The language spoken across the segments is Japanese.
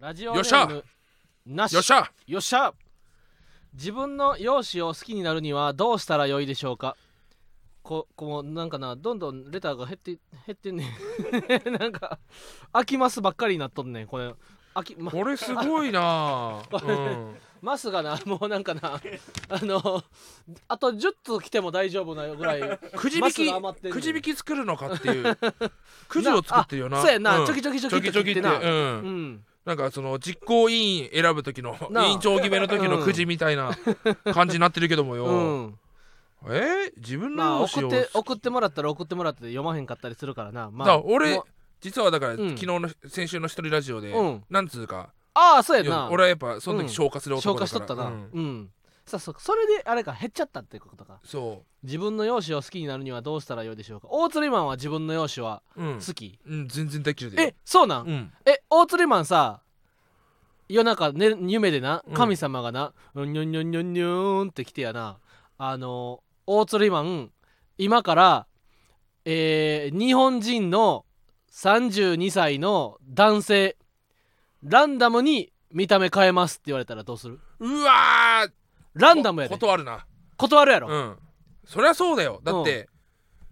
ラジオネよっしゃームなしよっしゃよっしゃ自分の容姿を好きになるにはどうしたらよいでしょうかここうなんかなどんどんレターが減って減ってんねん なんか飽きますばっかりになっとんねんこれ飽きまこれすご いな、うん、ますがなもうなんかなあのあと10通来ても大丈夫なぐ らいくじマ引スきが余ってんねんくじ引き作るのかっていうくじを作ってるよなあそうやな、うんちょきちょきちょちょききちょきってなう、うんんなんかその実行委員選ぶ時のなあ委員長決めの時のうんくじみたいな感じになってるけどもよ、 うんえー自分まあの容送っ姿をて送ってもらったら送ってもらって読まへんかったりするからなまだあから俺も実はだから、うん昨日の先週の一人ラジオで、うんなんつうかああそうやいやな俺はやっぱそのうん時消化する消男化だしかとら、ったなううんん、さあそそれであれか減っちゃったってことかそ自分の容姿を好きになるにはどうしたらよいでしょうか大釣りマンは自分の容姿はう、うん好き、うん、全然大嫌いだよえそうなん、うん、え大釣りマンさ夜中、ね、夢でなうん神様がな、ニョンニョンニョンニョーンって来てやなあの大釣りマン今からえー日本人の32歳の男性ランダムに見た目変えますって言われたらどうするうわーランダムやで断るな断るやろ、うんそりゃそうだよだって、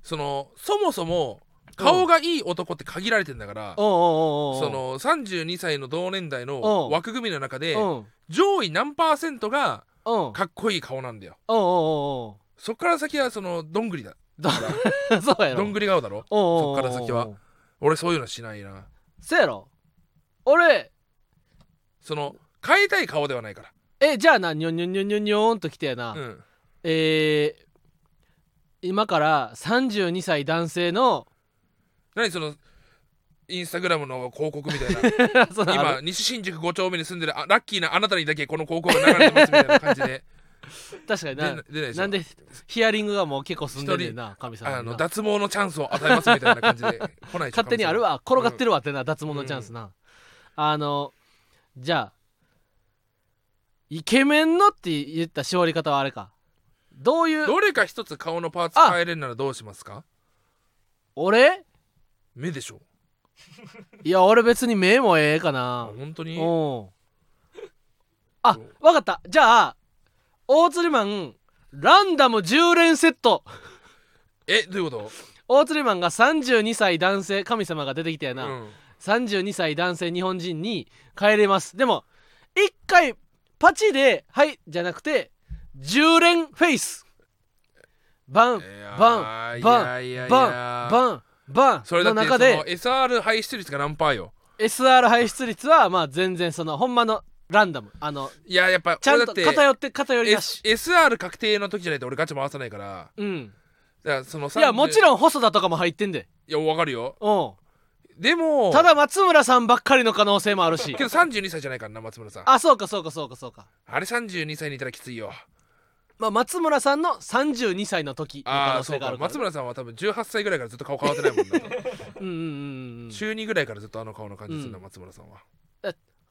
そのそもそも顔がいい男って限られてんだから、おうおうおうおうその32歳の同年代うのん枠組みの中でうん上位何パーセントがうんかっこいい顔なんだよおうおうおうおそっから先はそのどんぐりだうど そうやろどんぐり顔だろおうおうおうおうそっから先は俺そういうのしないなそうやろ俺その変えたい顔ではないかえじゃあなニョンニョンニョンニョンニョーンと来てやな、らうんえー今から32歳男性 の何そのインスタグラムの広告み たいなそのあ今る西新宿5丁目に住んでるあラッキーなあなたにだけこの広告が流れてますみたいな感じで確かに出な な出ないでしょなんでヒアリングがもう結構進んでんねんな神様あにのな脱毛のチャンスを与えますみたいな感じで来ないでしょ勝手にあるわ転がってるわってな、脱毛のチャンスな、あのじゃあイケメンのって言った絞り方はあれかどういうどれか一つ顔のパーツ変えれんならどうしますか俺目でしょいや俺別に目もええかあな本当にうんあわかったじゃあ大釣りマンランダム10連セットえどういうこ大釣りマンが32歳男性神様が出てきたやと、な、うん、 32歳男性日本人に帰れますでも1回パチで「はい」じゃなくて10連フェイスバンバンバンバンンバンバンそれだのって中そので SR 排出率が何パーよ SR 排出率はまあ全然そのほんまのランダムあのいややっぱちゃん俺だとって偏って偏りな S し SR 確定の時じゃないと俺ガチ回さないからうんだからそのいやもちんろん細田とかも入ってんでいやわかるようんでもただ松村さんばっかりの可能性もあるしけど32歳じゃないからな松村さんああそうかそうかそうかそうかれ32歳にいたらきついよまあ松村さんの32歳の時の可ああ能そ性うがあかるから松村さんは多分18歳ぐらいからずっと顔変わってないもんうなんうんうんうん中2ぐらいからずっとあの顔の感じするな、うん松村さんは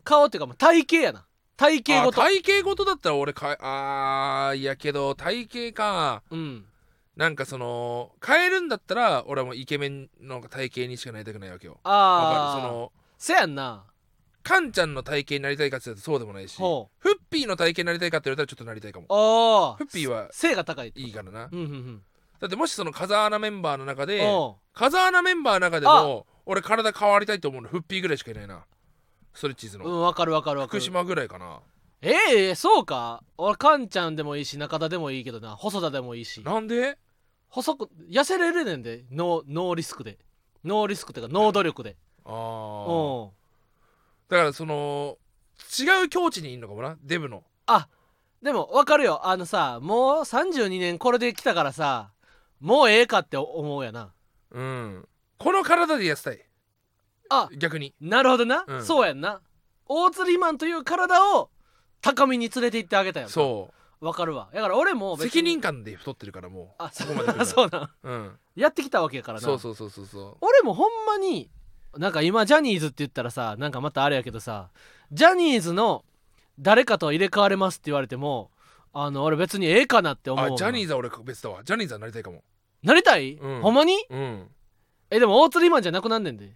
顔っていうかもう体型やな体型ごとあ体型ごとだったら俺かあーいやけど体型かうんなんかその変えるんだったら俺はもうイケメンの体型にしかなりたくないわけよわかああるそのせやんなカンちゃんの体型になりたいかって言ったらそうでもないしフッほピーの体型になりたいかって言われたらちょっとなりたいかもうあフッピーはあ背が高いいいからなうんうんうんだってもしその風穴メンバーの中でおう風穴メンバーの中でも俺体変わりたいと思うのフッピーぐらいしかいないなストレッチーズうのんわかるわかるわか福る島ぐらいかなええそうか俺カンちゃんでもいいし中田でもいいけどな細田でもいいしなんで細く痩せれるねんでノーノーリスクでノーリスクっていうかノー努力でああうんだからその違う境地にいんのかもなデブのあでも分かるよあのさもう32年これで来たからさもうええかって思うやなうんこの体で痩せたいあ逆になるほどな、うんそうやんな大釣りマンという体を高みに連れて行ってあげたよそう分かるわだから俺もう別に責任感で太ってるからもあそこまで来るう そうなんううんやってきたわけやからなそうそうそうそうそ俺もほんまになんか今ジャニーズって言ったらさなんかまたあれやけどさジャニーズの誰かと入れ替われますって言われてもあの俺別にええかなってう思うあジャニーズズは俺別だわジャニーズはなりたいかもなりたい、うんほんまにうんえでも大釣りマンじゃなくなんねんで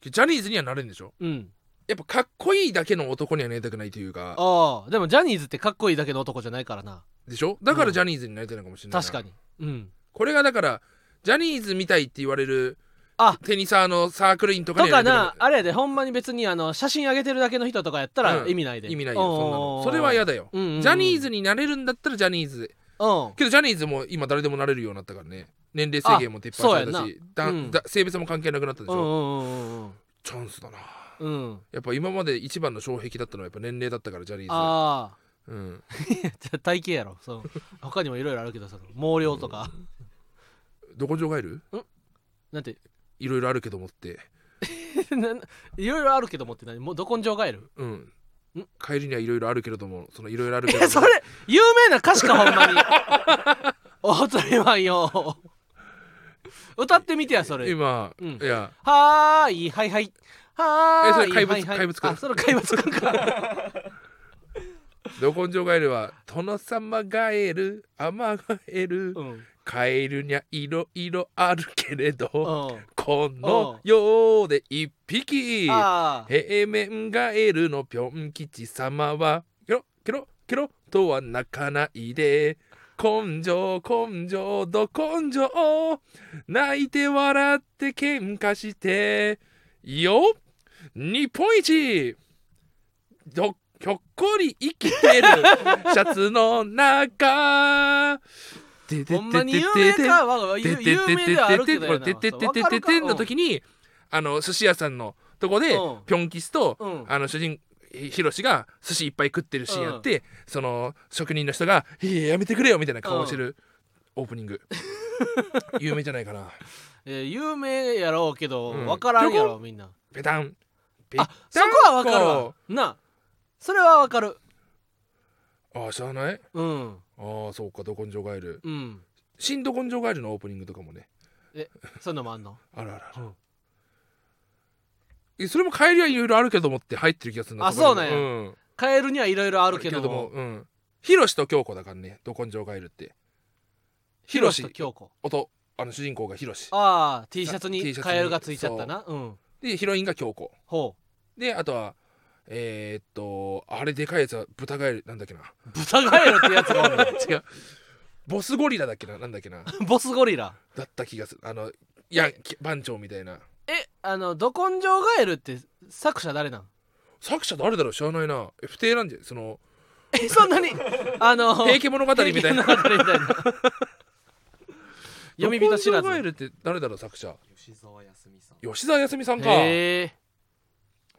ジャニーズにはなれんでしょうんやっぱかっこいいだけの男にはなりたくないというかああでもジャニーズってかっこいいだけの男じゃないからなでしょだからジャニーズになりたいのかもしれないな確かにうんこれがだからジャニーズみたいって言われるあテニサーのサークル員とかとにかはなりたくなあれやでほんまに別にあの写真上げてるだけの人とかやったらうん意味ないで、意味ないよそんなのそれはや嫌だよジジャニーズにになれるんだったらジャニーズうんけどジャニーズも今誰でもなれるようになったからね年齢制限も撤廃されあたそうしだうんだ性別も関係なくなったでしうょんうんチャンスだなうんうんうんやっぱ今まで一番の障壁だったのはやっぱ年齢だったからジャニーああズうん じゃあ体型やろその他にもいろいろあるけどその毛量とか、どこ情がいるなんて いろいろあるけどもってないろいろあるけどもって何もうど根性がいるうんん帰りにはいろいろあるけれどもそのいろいろあるけいれどやそもれ有名な歌詞かほん まに大鳥マンよ歌ってみてやそれ今、うんいやはーいはいはいはーいえそれ怪は物いはい怪物くんあそれ怪物くんか ど根性ガエルは「殿様ガエルアマガエルうんうんカエルにはいろいろあるけれどあこの世で一匹あ平面ガエルのぴょん吉様はケロケロケロとは泣かないで根性根性ど根性泣いて笑って喧嘩してよ日本一どひょっこり生きてる シャツの中でほんまに有名かは有有名ではあるけどやこれなてててててての時にあの寿司屋さんのとこでうんピョンキスとうんあの主人ヒロシが寿司いっぱい食ってるシーンやってその職人の人が「いややめてくれよ」みたいな顔をしてるオープニング 有名じゃないかなえー有名やろうけどうん分からんやろみんなペタンペあそタンこは分かるわこなあそれは分かるああ知らないうんああそうかど根性ガエルうん新ど根性ガエルのオープニングとかもねそういうのもあんのあるあるあるうんえそれも帰りはいろいろあるけどもって入ってる気がするあこにもそうなんやうんカエルにはいろいろあるけどもうんヒロシと京子だからねど根性ガエルってヒロシと京子音あの主人公がヒロシああ T シャツ T にシャツにカエルがついちゃったなうんでヒロインが京子ほであとはえー、っとあれでかいやつは豚ガエルなんだっけなう豚カエル ってやつがおんの違うボスゴリラだっけななんだっけなボスゴリラだった気がするあのいやき番長みたいなえあのど根性ガエルって作者誰なん 作者誰だろう知らないなえ不定なんじゃないそのえそんなにあの「平家物語」みたいな平家物語みたいな読み人知らど根性ガエずルって誰だろう作者吉沢康美さん吉沢康美さんかへへ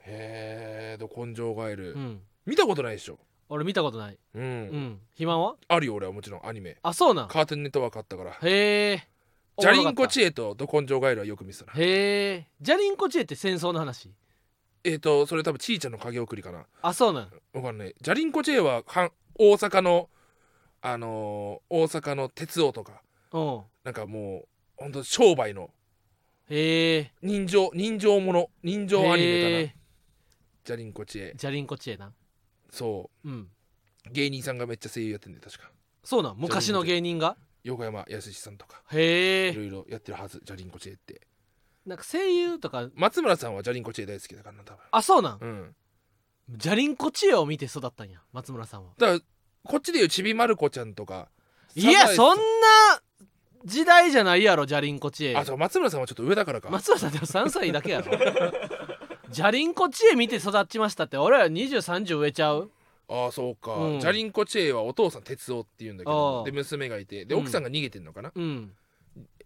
えど根性ガエル、えうん見たことないでしょ俺見たことないうんうん肥満はあるよ俺はもちろんアニメあそうなんカートゥーンネットワークあったからへえジャリンコエ知恵とど根性ガエルはよく見てたなへえジャリンコ知恵って戦争の話えっ、とそれ多分ちーちゃんの影送りかなあそうなんわかんないジャリンコ知恵ははん大阪のあのー大阪の鉄王とかうんなんかもうほんと商売のへえ人情人情もの人情アニメかな、へえジャリンコ知恵ジャリンコ知恵なそうんう芸人さんがめっちゃ声優やってんで確かそうなん昔の芸人が横山やすしさんとかへいろえいろやってるはずジャリンコ知恵ってなんか声優とか松村さんはジャリンコ知恵大好きだからな多あそうなん分うんジャリンコ知恵を見て育ったんや松村さんはだからこっちでいうちびまる子ちゃんとかいやサザエそんな時代じゃないやろジャリンコ知恵あそう松村さんはちょっと上だからか、松村さんでも3歳だけやろ ジャリンコ知恵見て育ちましたって俺ら2030植えちゃうああそうか、うんじゃりんこ知恵はお父さん哲夫っていうんだけあどーで娘がいてでうん奥さんが逃げてんのかな、うん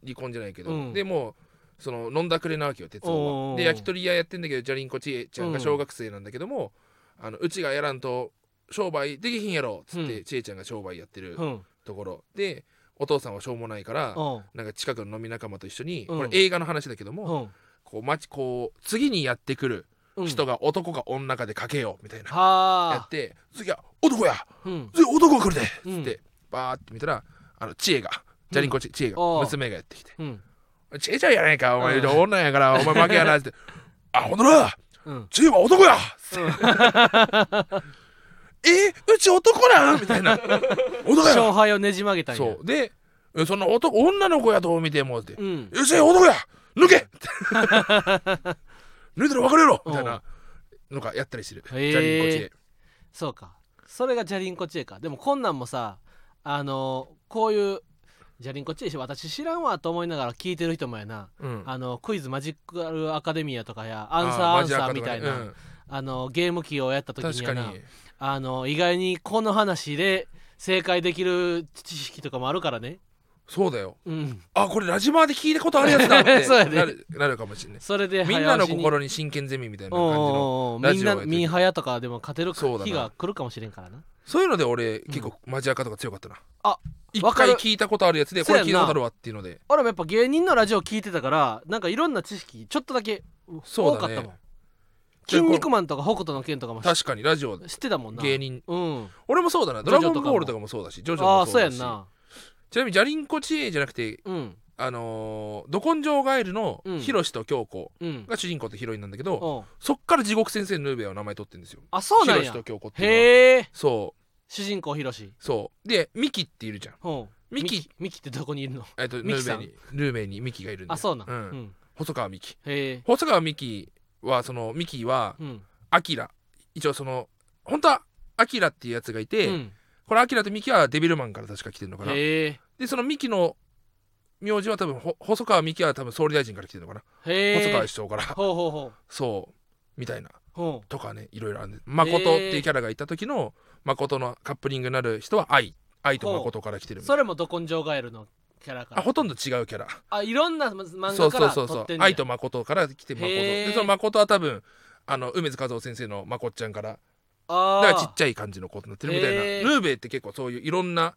離婚じゃないけど、うんでもうその飲んだくれなわけよ哲夫おーはで焼き鳥屋やってんだけどじゃりんこ知恵ちゃんが小学生なんだけども、うあのうちがやらんと商売できひんやろっつって、うん知恵ちゃんが商売やってるうんところでお父さんはしょうもないから、うんなんか近くの飲み仲間と一緒に、うんこれ映画の話だけども、うんこう街こう次にやってくるうん人が男か女かでかけようみたいな、やはあっ、て次は男やうん、で男が来るでっうんつって、バーって見たらあの知恵がジャリンコ知恵知恵がおう娘がやってきてうん「知恵ちゃんやないかお前うん女やからお前負けや な」って「あほんとだうん知恵は男や!」つって「 えうち男なん?」みた いな「男勝や!敗をねじ曲げた」んやそうでえ「そんな男女の子やどう見ても」って「うん よし男や抜け!」って抜いたら別れろみたいなのがやったりしてる、へージャリンコチでそうかそれがジャリンコ知恵かでもこんなんもさあのこういうジャリンコ知恵し私知らんわと思いながら聞いてる人もやな、うんあのクイズマジックアカデミアとかやアンサーアンサーみたいな、うんあのゲーム機をやった時に確やかなにあの意外にこの話で正解できる知識とかもあるからねそうだようんあこれラジマーで聞いたことあるやつだっ てそうやねなるなるかもしれないそれでみんな早の押しに心に真剣ゼミみたいなおう感じのおうおうラみんなジオやってるミンハヤとかでも勝てるそうだな日が来るかもしれんからなそういうので俺結構マジアカとか強かったなあ一わか回る聞いたことあるやつでそこうれやん聞ないたことあるわっていうので俺もやっぱ芸人のラジオ聞いてたからなんかいろんな知識ちょっとだけそう多かだっねたもん「筋肉マン」とか「北斗の拳」とかも知確かにラジオ知ってたもんな芸人うん俺もそうだなジドョラジョゴとかもンボールとかもそうだしジョジョあもあそそううやだんしなちなみにジャリンコ知恵じゃなくてうんあのーど根性ガエルのうんヒロシと京子うんが主人公とヒロインなんだけどおうそっから地獄先生ヌーベイは名前取ってるんですよあそうヒなロんシやと京子っていうのはへえそう主人公ヒロシそうでミキっているじゃんほうミキミキってどこにいるのえっとミヌキーさベイんにヌーベイにミキがいるんであそうなんうんうん細川ミキへえ細川ミキはそのミキはうんアキラ一応その本当はアキラっていうやつがいて、うんこれアキラとミキはデビルマンから確か来てるのかなへえでそのミキの名字は多分ほ細川ミキは多分総理大臣から来てるのかな、へえ細川首相からほうほうほうそうみたいなほうとかねいろいろあるんで誠っていうキャラがいた時の誠のカップリングになる人は愛愛と誠から来てるみたいそれもど根性ガエルのキャラかなあらほとんど違うキャラあいろんなま漫画そうかそうらそう撮そうってんねや愛と誠から来て誠へーでその誠は多分あの梅津和夫先生のまこっちゃんからあだーからちっちゃい感じの子になってるみたいな、へーヌーベイって結構そういういろんな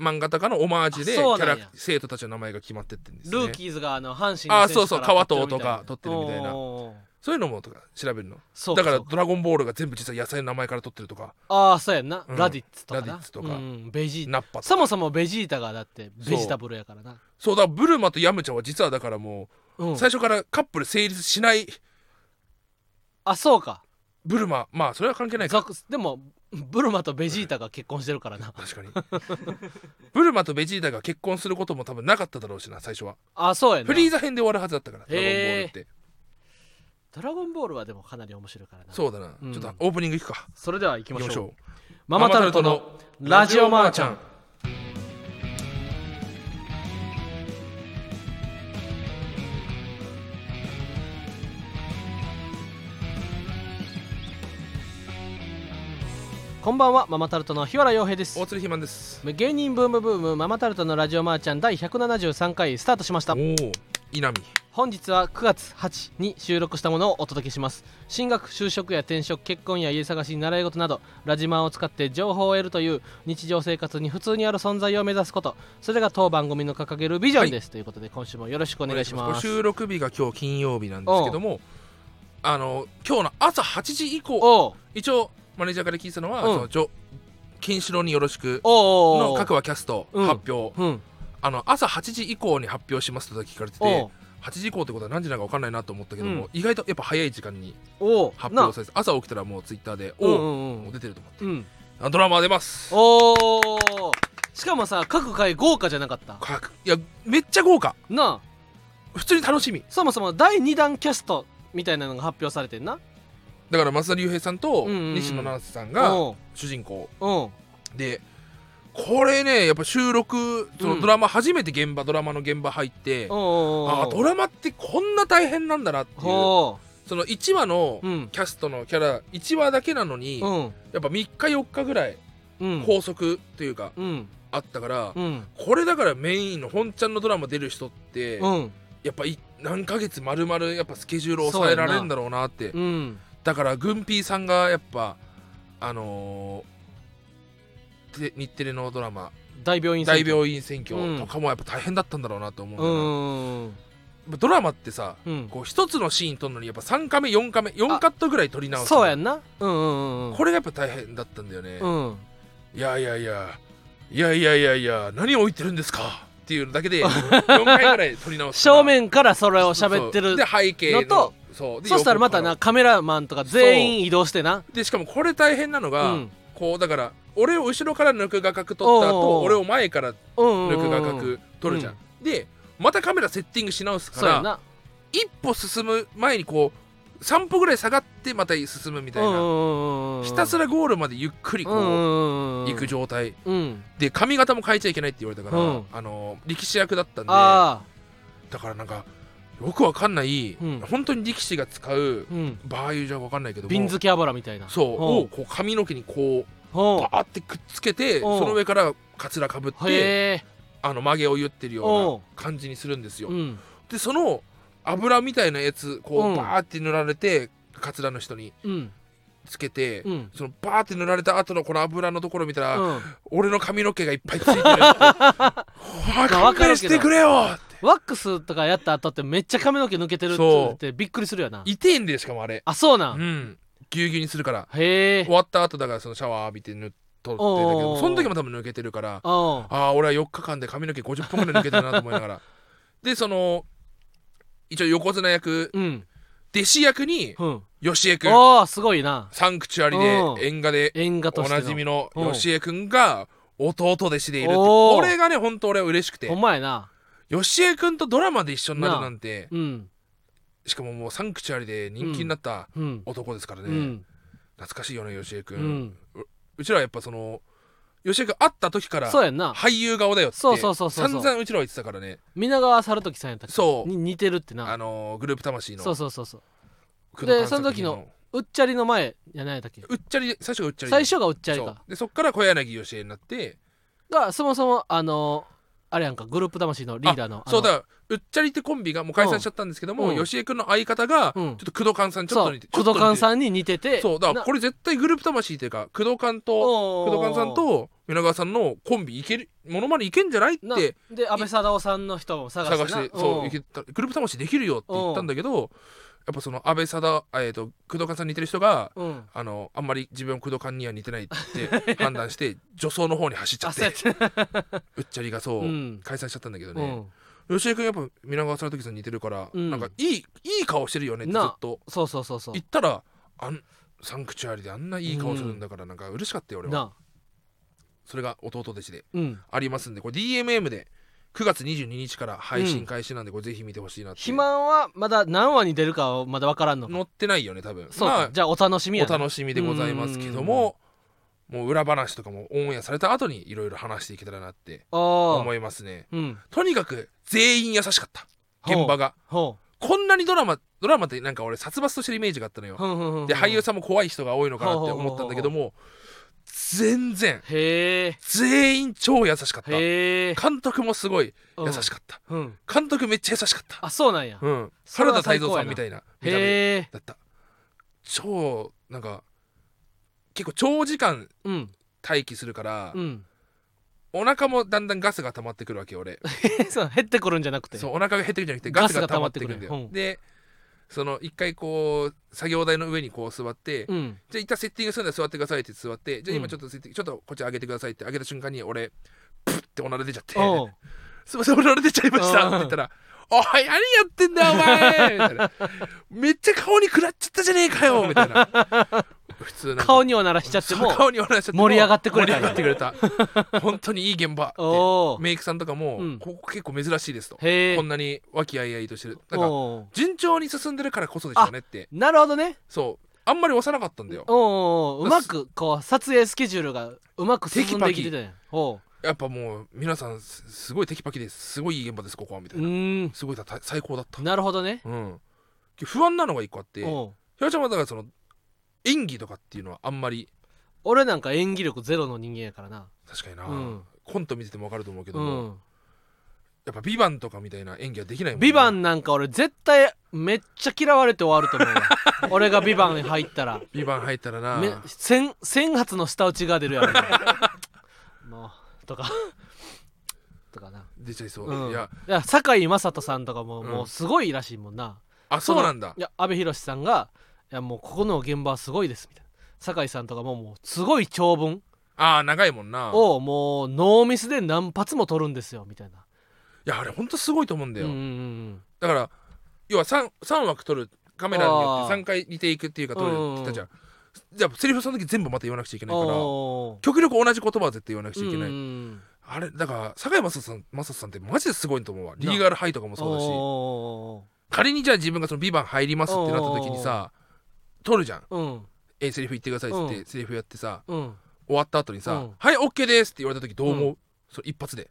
漫画家かのオマージュであキそうャなんやラ生徒たちの名前が決まってってんですねルーキーズがあの阪神あのーそうそう川川藤藤とか撮ってるみたいなそういうのもとか調べるのそうだからそうドラゴンボールが全部実は野菜の名前から取ってるとかああそうやんな、うんラディッツとかなラディッツとかうん、ベジータナッパとかそもそもベジータがだってベジタブルやからなそうだからブルマとヤムチャは実はだからもう、、うん最初からカップル成立しないあそうかブルマまあそれは関係ないかザクでも ブルマとベジータが結婚してるからな確かに ブルマとベジータが結婚することも多分なかっただろうしな最初は あそうやんなフリーザ編で終わるはずだったからドラゴンボールってドラゴンボールはでもかなり面白いからなそうだな、うんちょっとオープニングいくかそれでは行きいまきまししょうょうママタルトのラジオマーちゃんこんばんはママタルトの日原洋平です大鶴ひまんです芸人ブームブームママタルトのラジオマーちゃん第173回スタートしましおたお稲見本日は9月8に収録したものをお届けします進学就職や転職結婚や家探し習い事などラジマンを使って情報を得るという日常生活に普通にある存在を目指すことそれが当番組の掲げるビジョンです、ということで今週もよろしくお願いしますこれ収録日が今日金曜日なんですけどもあの今日の朝8時以降おう一応マネージャーから聞いたのは、うんそのジョケンシロウによろしくおうおうおのう各話キャストうん発表、うんあの朝8時以降に発表しますとだけ聞かれておてう8時以降ってことは何時なのか分かんないなと思ったけどうも、ん意外とやっぱ早い時間におう発な表されて朝起きたらもうツイッターで「うんおうんお、うもうん出てると思ってうんあドラマ出ますおおしかもさ各回豪華じゃなかったかいやめっちゃ豪華なあ普通に楽しみそもそも第2弾キャストみたいなのが発表されてんなだから松田龍平さんとうんうんうん西野七瀬さんがおう主人公おうでこれねやっぱ収録そうのんドラマ初めて現場ドラマの現場入っておうおうおうあドラマってこんな大変なんだなっていうほその1話のううんキャストのキャラ1話だけなのにうやんっぱ3日4日ぐらいうん拘束というかうんあったからうんこれだからメインの本ちゃんのドラマ出る人ってうんやっぱい何ヶ月丸々やっぱスケジュールを抑えられるんだろうなってうんだからグンピーさんがやっぱあのーて日テレのドラマ大病院大院病院選挙とかもやっぱ大変だったんだろうなと思うんだうよな、んドラマってさうんこう一つのシーン撮るのにやっぱ3カメ4カメ4カットぐらい撮り直すそうやんなうんうんうんこれがやっぱ大変だったんだよね、うんいやいやいやいやいやいやいや何を言ってるんですかっていうのだけで4回ぐらい撮り直す正面からそれを喋ってそうるで背景のとのそうでそしたらまた横なかカメラマンとか全員移動してならでしかもこれ大変なのうが、んこうだから俺を後ろから抜く画角撮ったおうお後う俺を前からうんう抜んく画うんうん角撮るじゃん、うでまたカメラセッティングし直すかそうやらな一歩進む前にこう3歩ぐらい下がってまた進むみたいなひたすららゴールまでゆっくりこう行行く状態うんで髪型も変えちゃいけないって言われたかうらんあの力士役だったんでだあからなんかよくわかんないうん本当に力士が使うあうん場合じゃわかんないけども瓶付け油みたいなそうをこう髪の毛にこうほバーってくっつけてうんその上からかつらかぶっうてへえあの曲げを言ってるうよんうな感じにするんですようんでその油みたいなやつこうんうバーって塗られてかつらの人にうんつけてうんそのバーって塗られた後のこの油のところ見たら、うん俺の髪の毛がいっぱいつい てるっておい勘弁してくれよってワックスとかやった後ってめっちゃ髪の毛抜けてるって言ってびっくりするよな痛いんでしかもあれあそうなうんんぎゅうぎゅうにするからへえ終わった後だからそのシャワー浴びて塗っとっておうおうだけおうどその時も多分抜けてるからうんはああ俺は4日間で髪の毛50本ぐらい抜けてるなと思いなが らでその一応横綱役うん弟子役にうん吉江君おーすごいなサンクチュアリうんで縁画で縁画とおしてなじみのうん吉江君が弟弟子でいるっておーこれがね本当俺は嬉しくてほんまやな吉江君とドラマで一緒になるなんてうんしかももうサンクチュアリで人気になったうん男ですからね、うん懐かしいよね吉江う君、んうちらはやっぱその吉江君会った時からそうやんな俳優顔だよってそうそうそうそうそう散々うちらは言ってたからね皆川猿時さんやったっけそうに似てるってあなのーグループ魂のそうそうそうそう工藤でその時のうっちゃりの前やないだっけうっちゃり最初がうっちゃり最初がうっちゃりそうかでそっから小柳吉江になってがそもそもあのあれやんかグループ魂のリーダーのあのそうだうっちゃりってコンビがもう解散しちゃったんですけども、うん吉江君の相方がちうょんっと工藤勘さんちょっそとう似てちょ工っと藤似て勘さんに似ててそうだからなこれ絶対グループ魂というか工藤勘とおー工藤勘さんと皆川さんのコンビいけるものまねいけんじゃないっなてで安倍貞夫さんの人も探して探なしてうんそういけたグループ魂できるよって言ったんだけどやっぱその安倍貞えー、と工藤勘さんに似てる人がうんあのあんまり自分は工藤勘には似てないって判断して 女装の方に走っちゃあっそうやっててうっちゃりがそう、うん解散しちゃったんだけどうね、ん吉江君やっぱ皆川さんの時さん似てるから、うんなんかいいいい顔してるよねってずなっあとそうそうそうそう言ったらあんサンクチュアリであんないい顔するんだからなんか嬉しかったよ俺は。なそれが弟弟子でうんありますんでこれ DMM で9月22日から配信開始なんで、これぜひ見てほしいなって肥満はまだ何話に出るかはまだ分からんのか載ってないよね多分そうまかあじゃあお楽しみやおな楽しみでございますけどももう裏話とかもオンエアされた後にいろいろ話していけたらなってあ思いますねあうんとにかく全員優しかったほう現場がほこんなにドラマドラマってなんか俺殺伐としてるイメージがあったのようふんふんふんで俳優ささんも怖い人が多いのかなって思ったんだけども全然んへえ全員超優しかったへえ監督もすごい優しくかったうん監督めっちゃ優しかったあそうなんやうん、それ原は田最泰高や造なさんみたいな見た目へえだった超なんか結構長時間うん待機するから、うん お腹もだんだんガスが溜まってくるわけよ俺えそう減ってくるんじゃなくてそううお腹が減ってくるんじゃなくてガスガスがが溜溜ままっっててくくるるんんだだよよ、でその一回こう作業台の上にこう座って、んじゃあ一旦セッティングするんだ座ってくださいって座ってじゃあう今んちょっとセッティング、ちょっとこっち上げてくださいって上げた瞬間に俺プッておなら出ちゃっておうすいません、俺られ出ちゃいましうたっんて言ったら、おい、何やってんだよ、お前みたいな。めっちゃ顔に食らっちゃったじゃねえかよみたいな。普通なんか顔におならしちゃってそうも顔に笑いしちゃっても盛り上がってくれた盛り上がってくれた。本当にいい現場って。 おおメイクさんとかも、うんここ結構珍しいですと。へえこんなに和気あいあいとしてる。なんか、おう順調に進んでるからこそでしょうねって。なるほどねそう。あんまり押さなかったんだよ。おうおうおううだまくこう撮影スケジュールがうまく進んでいけてたやんおうやっぱもう、皆さん、すすごいテキパキです。すごいいい現場です、ここは。みたういな。ーんすごいた最高だった。なるほどねうん。不安なのが一個あって。おうひろちゃんはだからその演技とかっていうのはあんまり俺なんか演技力ゼロの人間やからな確かにな、うんコント見てても分かると思うけどうも、んやっぱ「ビバンとかみたいな演技はできないもんビバンなんか俺絶対めっちゃ嫌われて終わると思う わ俺がビバンに入ったらビバン入ったらなめ千千発の舌打ちが出るや ろなもうとかとかな出ちゃいそう、うんいやいや堺井雅人さんとかも、うんもうすごいらしいもんなあそうなんだいや阿部寛さんが「いやもうここの現場はすごいです」みたいな酒井さんとかももうすごい長文ああ長いもんなをもうノーミスで何発も取るんですよみたいな、いやあれほんとすごいと思うんだうんよ、うんうん、だから要は 3, 三枠取るカメラによあーって3回リテイクっていうか取るって言ったじゃん、じゃあセリフその時全部また言わなくちゃいけないからおー極力同じ言葉は絶対言わなくちゃいけない、うんうんあれだから堺井雅人さん雅人さんってマジですごいと思うわリーガルハイとかもそうだしおー仮にじゃあ自分がその「ビバン入りますってなった時にさ撮るじゃんうん「えセリフ言ってください」っつっうてセリフやってさうん終わった後にさ「うんはい OK です」って言われた時どう思う、うそれ一発で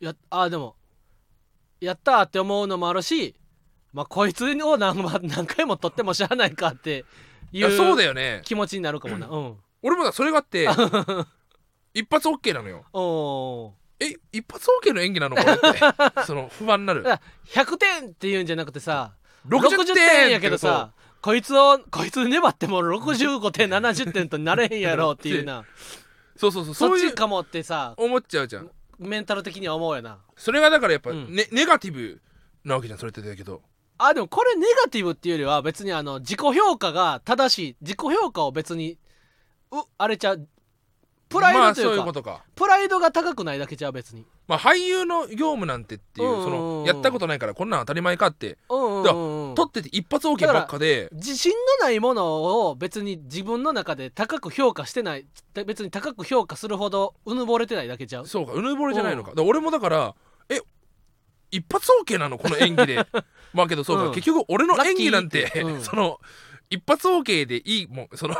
やあでもやったーって思うのもあるしまあこいつを何番 何回も取ってもしゃあないかっていいやそうだうよね気持ちになるかも なうん俺もだそれがあって 一発 OK なのよおーえ一発 OK の演技なのかなって その不安になるだから100点っていうんじゃなくてさ60 60点点やけどさこいつをこいつ粘っても65点70点となれへんやろっていうなそうそうそ うそっそういちうかもってさ思っちゃうじゃんメンタル的には思うよなそれがだからやっぱ、うんね、ネガティブなわけじゃんそれってだけどあでもこれネガティブっていうよりは別にあの自己評価が正しい自己評価を別にうあれちゃうプライまドあというそうか、いうことかプライドが高くないだけじゃう別にまあ俳優の業務なんてっていううんうんうんそのやったことないからこんなん当たり前かってうんうんうんうん撮ってて一発 OK ばっかで自信のないものを別に自分の中で高く評価してない別に高く評価するほどうぬぼれてないだけちゃうそうかうぬぼれじゃないのかだから俺もだからえ一発 OK なのこの演技 でまあけどそうか、うん結局俺の演技なラんッキて、ーってうん その一発 OK でいいもんその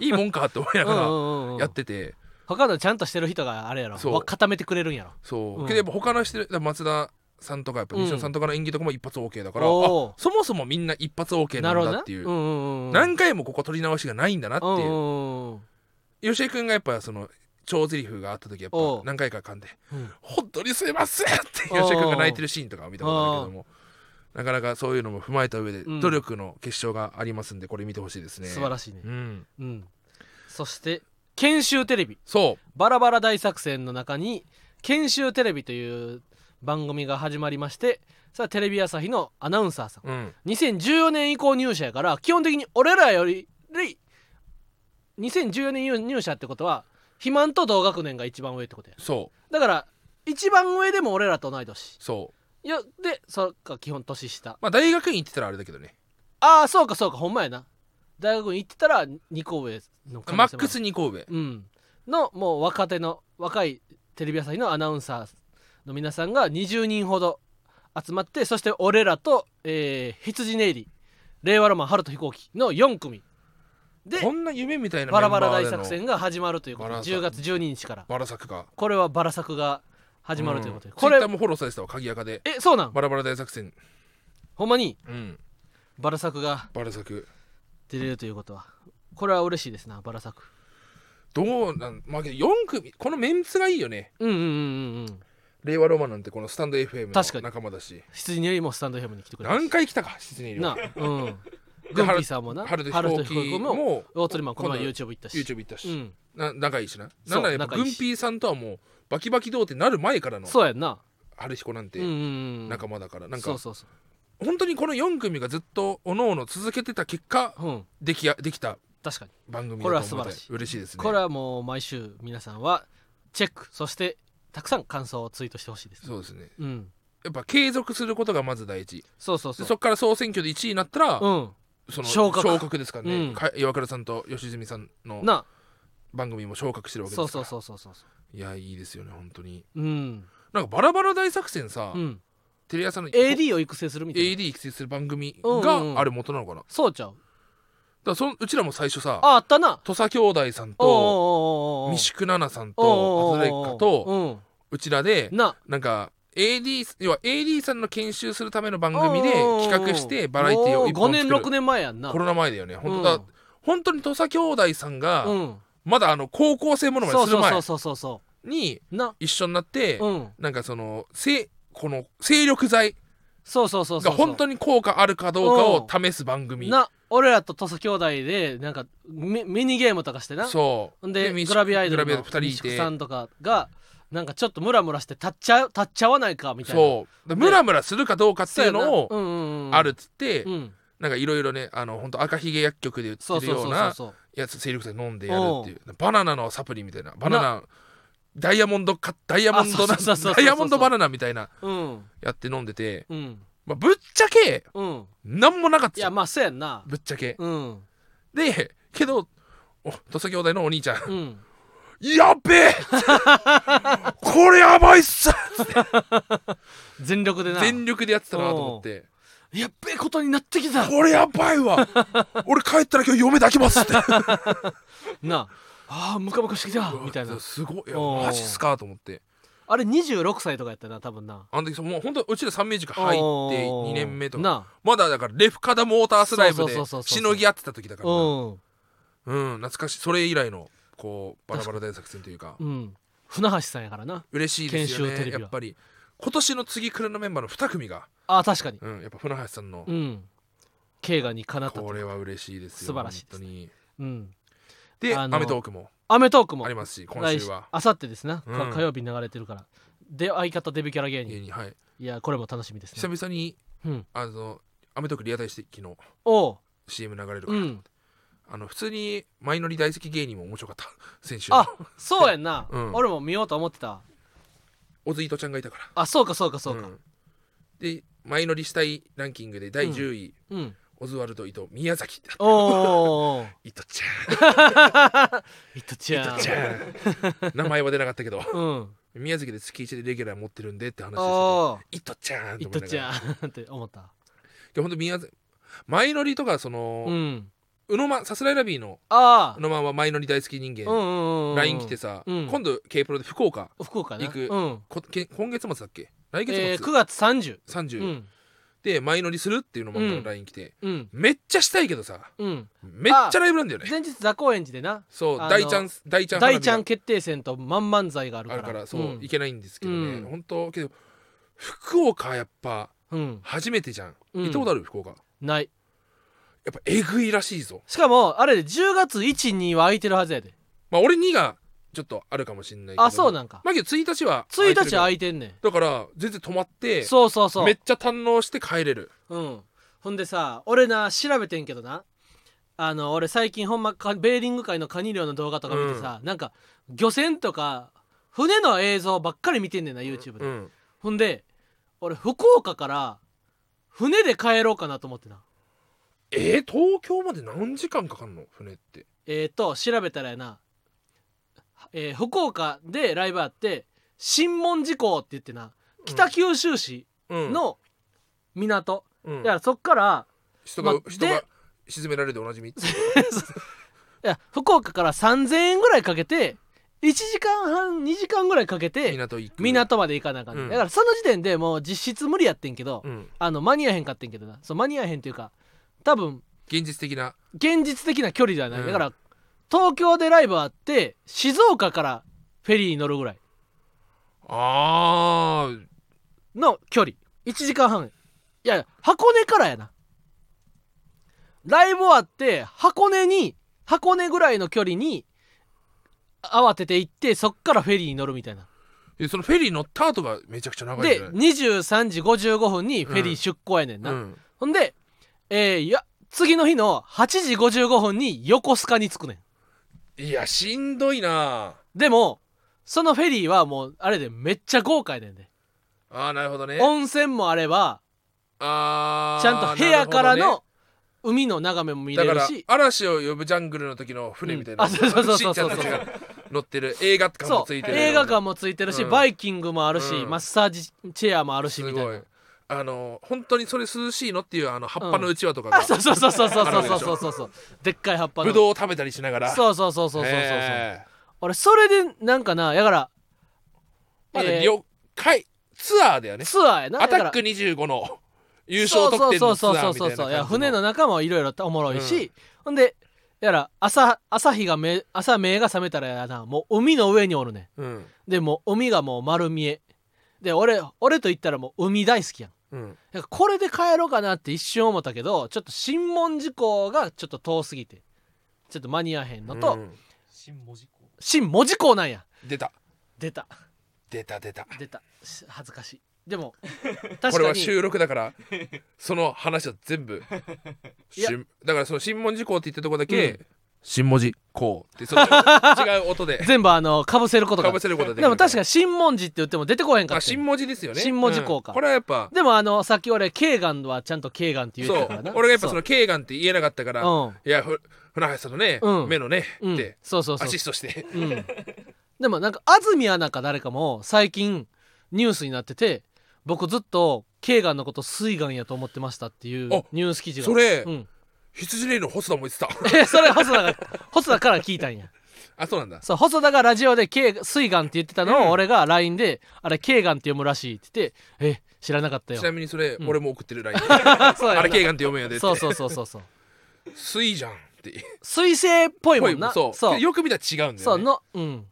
いいもんかって思いなうんうがんうんうらんやってて、他のちゃんとしてる人があれやろそうわ固めてくれるんやろそう、うんけどやっぱ他の人だから松田さんとかやっぱ西野さんとかの演技とかも一発 OK だから、おーあそもそもみんな一発 OK ななんるほどだなっていう、うんうんうん、何回もここ取り直しがないんだなってうんういう、んうん吉井君がやっぱその超台詞があった時やっぱおう何回か噛んでうん「本当にすいません!」っておう吉井君が泣いてるシーンとかを見たことあるけども。なかなかそういうのも踏まえた上でうん努力の結晶がありますんでこれ見てほしいですね。素晴らしいねうん、うんそして研修テレビそバラバラ大作戦の中に研修テレビという番組が始まりましてさあテレビ朝日のアナウンサーさんう、うん、 2014年以降入社やから基本的に俺らより2014年入社ってことは肥満と同学年が一番上ってことやそうだから一番上でも俺らと同い年そういやでそっか基本年下まあ大学院行ってたらあれだけどねああそうかそうかほんまやな大学に行ってたら2個上の可能性もマあるックス2神戸うん、のもう若手の若いテレビ朝日のアナウンサーの皆さんが20人ほど集まってそして俺らと、えー、羊ネイリ令和ロマン春と飛行機の4組でこんな夢みたいなメバンバラーでのバラ大作戦が始まるということでバラさ10月12日からバラ作がこれはバラ作が始まるということで、ん、こツイッタれーもフォローされてたわ鍵垢でえそうなんバラバラ大作戦ほんまにうんバラ作がバラ作出れるということはこれは嬉しいですなバラ作どうなんまあけど4組このメンツがいいよねうんうんうんうんうん令和ロマンなんてこのスタンド FM 確かのに仲間だし羊ネイリもスタンドヘムに来てくれたし何回来たか室にいるなうんグンピーさんもな春と飛行機もも大鳥マンこの前今度 YouTube 行ったし YouTube 行ったし、うんな仲いいしなそうなんならやっぱ仲軍いいしーさんとはもうバキバキ童貞なる前からのそうやんな春彦なんうんうてん仲間だから、なんそかうそうそ本当にこの4組がずっとおのおの続けてた結果ううんできやできた確かに番組だと思うのでこれは素晴らしい嬉しいですねこれはもう毎週皆さんはチェックそしてたくさん感想をツイートしてほしいですそうですねうんやっぱ継続することがまず第一そうそうでそそうこから総選挙で1位になったら、うんその昇昇格格ですからね、うんか岩倉さんと良純さんのな番組も昇格してるわけそでうすかそうらそうそうそういやいいですよね本当にうんなんかバラバラ大作戦さ、うんテレ朝の AD を育成するみたいな AD 育成する番組うんうんうんがあれ元なのかな、だかそうちゃうらそのうちらも最初さああったな土佐兄弟さおんうとおうおうおうおう三宿奈々さんおとうおうおうアスレッカとうちらでうんななんか AD 要は AD さんの研修するための番組でうんうんうん企画してバラエティーを一もう本5年作る6年前やんなコロナ前だよね本当だ、うん本当に土佐兄弟さんが、うんまだあの高校生ものまそでうするそうそ前うそうそうそにうな一緒になって、うんなんかそのせこの精力剤そうそうそうそがう本当に効果あるかどうかを試す番組な俺らと土佐兄弟でなんかミミニゲームとかしてなそうほんでミシグラビアアイドルグラのビア2人いさんてとかがなんかちょっとムラムラして立っちゃう立っちゃわないかみたいなそうだムラムラするかどうかってそういうやなのをんうんうんあるっつって、うんなんかいろいろねあの本当赤ひげ薬局で売ってそうるそうよそううそうなそうやつ精力剤飲んでやるっていうバナナのサプリみたいなバナナダイヤモンドかダイヤモンドなあそうそうそうそうそうダイヤモンドバナナみたいなうんやって飲んでて、うんまあ、ぶっちゃけうんなんもなかっいたよやまあそうやんなぶっちゃけうんでけどお土佐兄弟のお兄ちゃんうんやっべえ これやばいっす 全力でな全力でやってたなと思ってやっべえことになってきたこれやば いわ俺帰ったら今日嫁抱きますってなああームカムカしてきた みたいなすごいいやおーマジっすかと思ってあれ26歳とかやったな多分なあの時もう本当うちら三名塾入って2年目とかなまだだからレフカダモータースライそブでうそうそうそうそうしのぎ合ってた時だからなあうん懐かしいそれ以来のこうバラバラ大作戦というかうんうん船橋さんやからな嬉しいですよ研修テレねビはやっぱり今年の次来るのメンバーの2組があー確かにうんやっぱ船橋さんのうん慶賀にかなったことれは嬉しいですよ素晴らしいです本当にうんであアのメトークもアメトークもありますし今週はあさってですな、かうん火曜日に流れてるからで相方デビューキャラ芸家人にはいいやこれも楽しみです久ね、々にうん、あのアメトークリアタイして昨日おう CM 流れるかうら、んあの普通にマイノリ大好き芸人も面白かった先週あそうやんな、 うん俺も見ようと思ってたオズイトちゃんがいたからあそうかそうかそうかんでマイノリしたいランキングで第10位、うん、オズワルド伊藤宮崎だおお伊藤ちゃんいっとちゃんちゃん名前は出なかったけどうん宮崎で月1でレギュラー持ってるんでって話をおおしてて伊藤ちゃんいっと思といながちらゃん って思ったいやほんと宮崎マイノリとかその、うんうのまさすらいラビーのあうのまんはマイノリ大好き人あうんう間、んうん LINE 来てさ、うん今度 K プロで福岡福岡な行くうんこけ今月末だっけ来月末、えー、9月30 30、うんでマイノリするっていうのもうん LINE 来て、うんめっちゃしたいけどさうんめっちゃライブなんだよね前日座高円寺でなそうあの大ちゃん大ちゃん花火大ちゃん決定戦と満々剤があるかあらるからそんう、いけないんですけどね、うん本当けど福岡はやっぱうん、初めてじゃん、うん行ったことある福岡やないっぱえぐいらしいぞしかもあれで10月12は空いてるはずやでまあ俺2がちょっとあるかもしんないけどあそうなんかまあけど1日は空い1てる日は空いてんねだから全然泊まってんそうそうそうめっちゃ堪能して帰れるうん、ほんでさ俺な調べてんけどなあの俺最近ほんまかベーリング界のカニ漁の動画とか見てさ、なんか漁船とか船の映像ばっかり見てんねんな YouTube で、うんほんで俺福岡から船で帰ろうかなと思ってなえー、東京まで何時間かかんの船ってえっ、ー、と調べたらやな、えー福岡でライブあって新門司港って言ってな北九州市うん、の港、うんだからそっから人が、ま人がで沈められておなじみいや福岡から3,000円ぐらいかけて1時間半2時間ぐらいかけて港行く港まで行かなあかんね、うんだからその時点でもう実質無理やってんけど、うんあの間に合えへんかってんけどなそう間に合えへんっていうか多分現実的な現実的な距離ではない、うんだから東京でライブあって静岡からフェリーに乗るぐらいあーの距離1時間半いや箱根からやなライブ終わって箱根に箱根ぐらいの距離に慌てて行ってそっからフェリーに乗るみたいなえそのフェリー乗った後がめちゃくちゃ長いんじでゃない23時55分にフェリー出港やねんな、うん、ほんで、えーいや次の日の8時55分に横須賀に着くねんいやしんどいなでもそのフェリーはもうあれでめっちゃ豪華やねんであーなるほどね温泉もあればあーちゃんと部屋からなるほどの海の眺めも見ねれだかるらし嵐を呼ぶジャングルの時の船みたいな、うんあそうそうそうそうしんちゃんたちが乗ってる映画館もそつういてる映画館もついてるし、うんバイキングもあるし、うんマッサージチェアもあるしみすたいごいなあの本当にそれ涼しいのっていうあの葉っぱのうちわとかが、あそうそうそうそうそうそうそうそうでっかい葉っぱのぶどうを食べたりしながらうそうそうそうそうそうそうそう、え俺それでなんかなやから、ーまだえー旅回ツアーだよねツアーやなアタだッかクら25の優勝得点のツアーみたいな感じのいや船の中もいろいろとおもろいし、ほんでやら朝朝日がめ朝目が覚めたらやなもう海の上におるねうんんでもう海がもう丸見えで俺俺と言ったらもう海大好きやんうんだからこれで帰ろうかなって一瞬思ったけどちょっと新門司港がちょっと遠すぎてちょっと間に合わへんのと、うん新門司港なんや出た出た出た出た出たし恥ずかしいで も確これかはに収録だからその話は全部いや新だからその新文字港って言ったとこだうけ新文字港っ てその違う音で全部あのかぶせることかがぶせることができでも確かにに新門寺って言っても出てこへんかった新文字ですよね新文字港かうんこれはやっぱでもあのさっき俺慶願はちゃんと慶願って言そっうてたからな俺がやっぱそのの慶願って言えなかったからういやふ船橋さんのねうん目のねん、うんってそうそうそアうシストしてうんでもなんか安住アナか誰かも最近ニュースになってて僕ずっと慶がんのこと膵がんやと思ってましたっていうあニュース記事がそれ、うん、 羊レイの細田も言ってたえそれ細田が細田から聞いたんやあそうなんだそう細田がラジオで K 水眼って言ってたのを、うん俺が LINE で「あれ K 眼って読むらしい」って言って「え知らなかったよち」なみにそれ、うん俺も送ってるライン そうやあなれ慶眼って読むんやでってそうそうそうそうそうすいじゃんって水星っぽいもんな そうそうでよく見たら違うんだそうよ、ね、のうん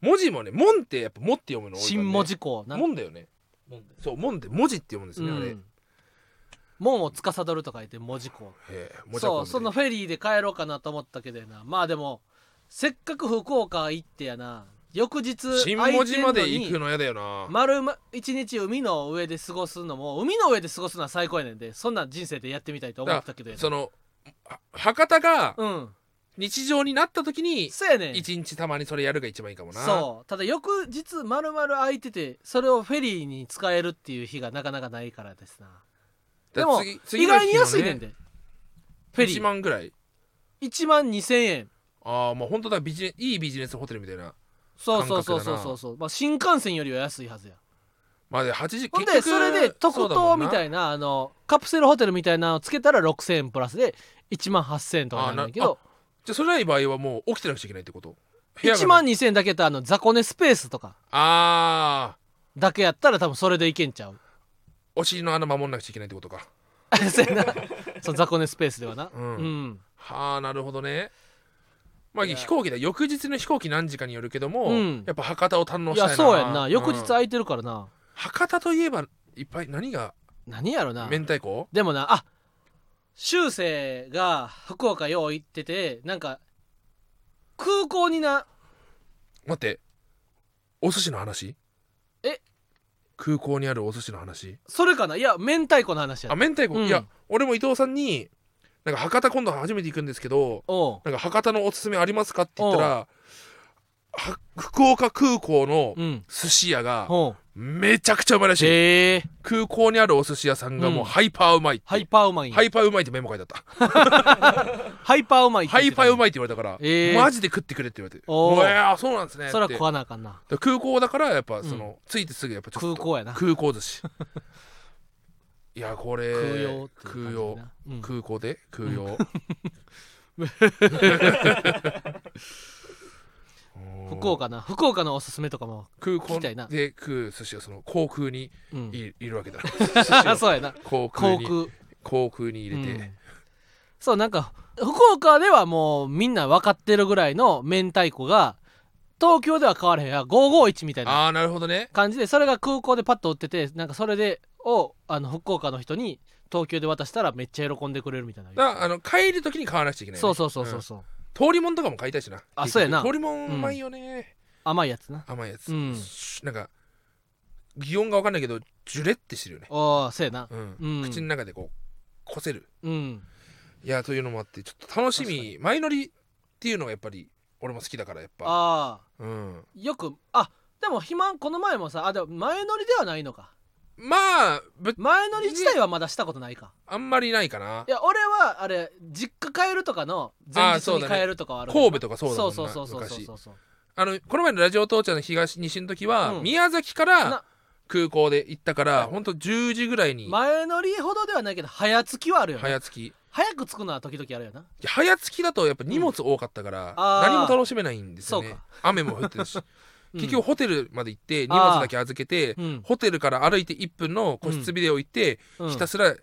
文字もね「門」ってやっぱ「も」って読むの多いからね新文字項な門だよねそう門で文字って読むんですね、あれうへん門を司ると書いて文字項え文字はこそんうでそのフェリーで帰ろうかなと思ったけどやなまあでもせっかく福岡行ってやな翌日新文字まで行くのにのやだよな、丸ま一日海の上で過ごすのも海の上で過ごすのは最高やねんでそんなん人生でやってみたいと思ってたけどやなそのは博多がうん日常になった時にそうやねん一日たまにそれやるが一番いいかもなそうただ翌日まるまる空いててそれをフェリーに使えるっていう日がなかなかないからですなだでからも次意次の日外に安いねんでフェリ1ー万ぐらい1万2000円ああまあ本当だビジネいいビジネスホテルみたいなそうそうそう感覚だそうなそうそう、まあ、新幹線よりは安いはずやまあで8時ほんで結局それで特等みたいいなあのカプセルホテルみたいなのをつけたら6000円プラスで1万8000円とかなんだけどじゃあそれない場合はもう起きてなくちゃいけないってこと部屋が1万2000円だけとあの雑魚寝スペースとかああだけやったら多分それでいけんちゃう お尻の穴守んなくちゃいけないってことかせやなそう雑魚寝スペースではなうんうんはあなるほどねまあいや飛行機だ翌日の飛行機何時かによるけども、うんやっぱ博多を堪能いしたいやなそうやんな翌日うん空いてるからな、博多といえばいっぱい何が何やろな明太子でもなあ修正が福岡よう行っててなんか空港にな待ってお寿司の話え空港にあるお寿司の話それかないや明太子の話やあ明太子、うんいや俺も伊藤さんになんか博多今度初めて行くんですけどおうなんか博多のおすすめありますかって言ったらは福岡空港のうん寿司屋がおうめちゃくちゃうまいらしいへえ空港にあるお寿司屋さんがもうハイパーうまいってハイパーうまいんやハイパーうまいってメモ書いてあっハイパーうまいたハイパーういまいって言われたから、えーマジで食ってくれって言われておーうわーそうなんですねってそれは食わなあかんなだから空港だからやっぱんその、ついてすぐやっぱちょっと空港やな空港寿司 いやこれ空用っていう空感用じなうん空港で空用 福岡な福岡のおすすめとかも空聞港きたいなで食う寿司はその航空にうんいいるわけだ そうやな航空航に空航空に入れて、うんそうなんか福岡ではもうみんな分かってるぐらいの明太子が東京では買われへんや551みたいなああなるほどね感じでそれが空港でパッと売っててなんかそれでをあの福岡の人に東京で渡したらめっちゃ喜んでくれるみたいなだからあの帰る時に買わなくちゃいけないね、そうそうそうそううんそう通りもんとかも買いたいしなあ結局そうやな通りもんうまいよね、甘いやつな甘いやうつ、んなんか擬音が分かんないけどジュレってしてるよね、おーせやなうんうん口の中でこうこせるうんいやというのもあってちょっと楽し確かみ前乗りっていうのがやっぱり俺も好きだからやっぱあうんーよくあでも肥満この前もさあでも前乗りではないのかまあぶ前乗り自体はまだしたことないかあんまりないかないや俺はあれ実家帰るとかの前日あーそうにだね帰るとかはあるけど神戸とかそうだそもうんそうなそうそうそう昔そうそうあのこの前のラジオ父ちゃんの東西の時は、うん宮崎かなら空港で行ったからほんと10時ぐらいに前乗りほどではないけど早着きはあるよね早着き早く着くのは時々あるよな早着きだとやっぱ荷物多かったから、あー何も楽しめないんですよそうねか雨も降ってるし うん結局ホテルまで行って荷物だけ預けて、うんホテルから歩いて1分の個室ビデオ行って、うんひたすら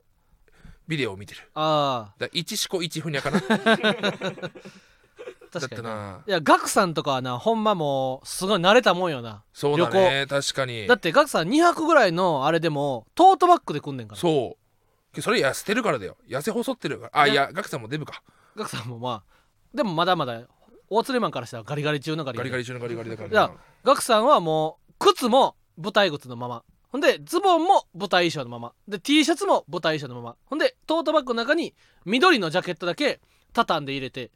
ビデオを見てるあだから一しこ一ふに ゃかなだあ確ってかになないやガクさんとかはなほんまもうすごい慣れたもんよなそうだね確かにだってガクさん2泊ぐらいのあれでもトートバッグで来んねんからそうそれ痩せてるからだよ痩せ細ってるからあ、ねいやガクさんもデブかガクさんもまあでもまだまだ大釣りマンからしたらガリガリ中のガリガガリリガリ中のガリガリだからいやガクさんはもう靴も舞台靴のままほんでズボンも舞台衣装のままで T シャツも舞台衣装のままほんでトートバッグの中に緑のジャケットだけ畳んで入れて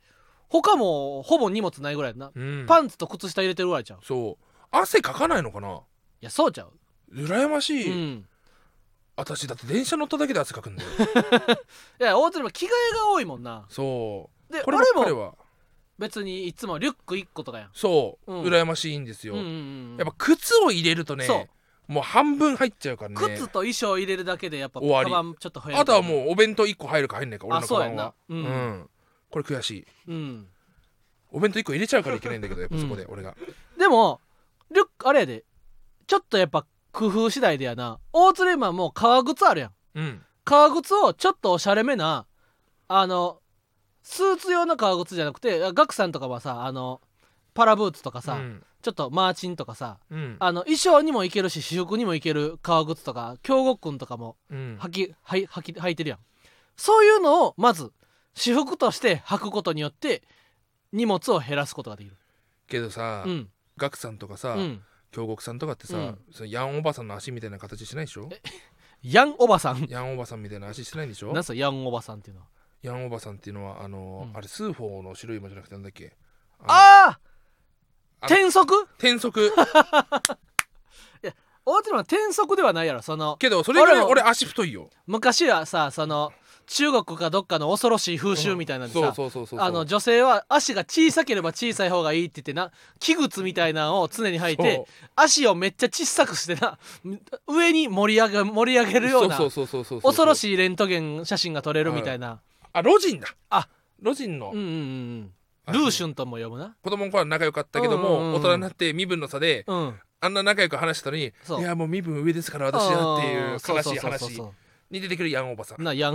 他もほぼ荷物ないぐらいやな、うん、パンツと靴下入れてるぐらいちゃういそう汗かかないのかなやそうちゃう、羨ましうい、ん、私だって電車乗っただけで汗かくん だよいや大鶴は着替えが多いもんなそうでこればっ俺かりもは別にいつもリュック1個とかやんそう、うん羨ましいんですよ、うんうんうんやっぱ靴を入れるとねそもう半分入っちゃうからね靴と衣装入れるだけでやっぱ終わりカバンちょっと増えるあとはもうお弁当1個入るか入んないか俺あのカそうバやんンなはう、うんん、うんこれ悔しいお弁当1個入れちゃうからいけないんだけどやっぱそこで俺が、でもリュックあれやでちょっとやっぱ工夫次第でやな大鶴マンもう革靴あるやんうん、革靴をちょっとおしゃれめなあのスーツ用の革靴じゃなくてガクさんとかはさあのパラブーツとかさ、うんちょっとマーチンとかさうんあの衣装にもいけるし私服にもいける革靴とか京極くんとかもうん履き履い履き履いてるやんそういうのをまず私服として履くことによって荷物を減らすことができるけどさ、うんガクさんとかうさ、ん京極さんとかってさ、うんそのヤンおばさんの足みたいな形してないでしょヤンおばさんヤンおばさんみたいな足してないんでしょなんすかヤンおばさんっていうのはヤンおばさんっていうのはあのーうんあれスーフォーの白い馬じゃなくてなんだっけああああの転足の転足大手のは転足ではないやろそのけどそれぐらい俺も俺足太いよ昔はさその中国かどっかの恐ろしい風習みたいなんでさ、そうそうそうそうそうあの女性は足が小さければ小さい方がいいって言ってな器靴みたいなのを常に履いて足をめっちゃ小さくしてな上に盛り上げ盛り上げるようなそうそうそうそうそうそう恐ろいしいレントゲン写真が撮れるみたいな、あロジンだあロジンの、うんうんうんあルのーシュンとも呼ぶな子供の頃は仲良かったけども、うんうんうん大人になって身分の差でうんあんな仲良く話したのにそういやもう身分上ですから私はっていう悲しい話そに出てくるヤンおばさんうなヤン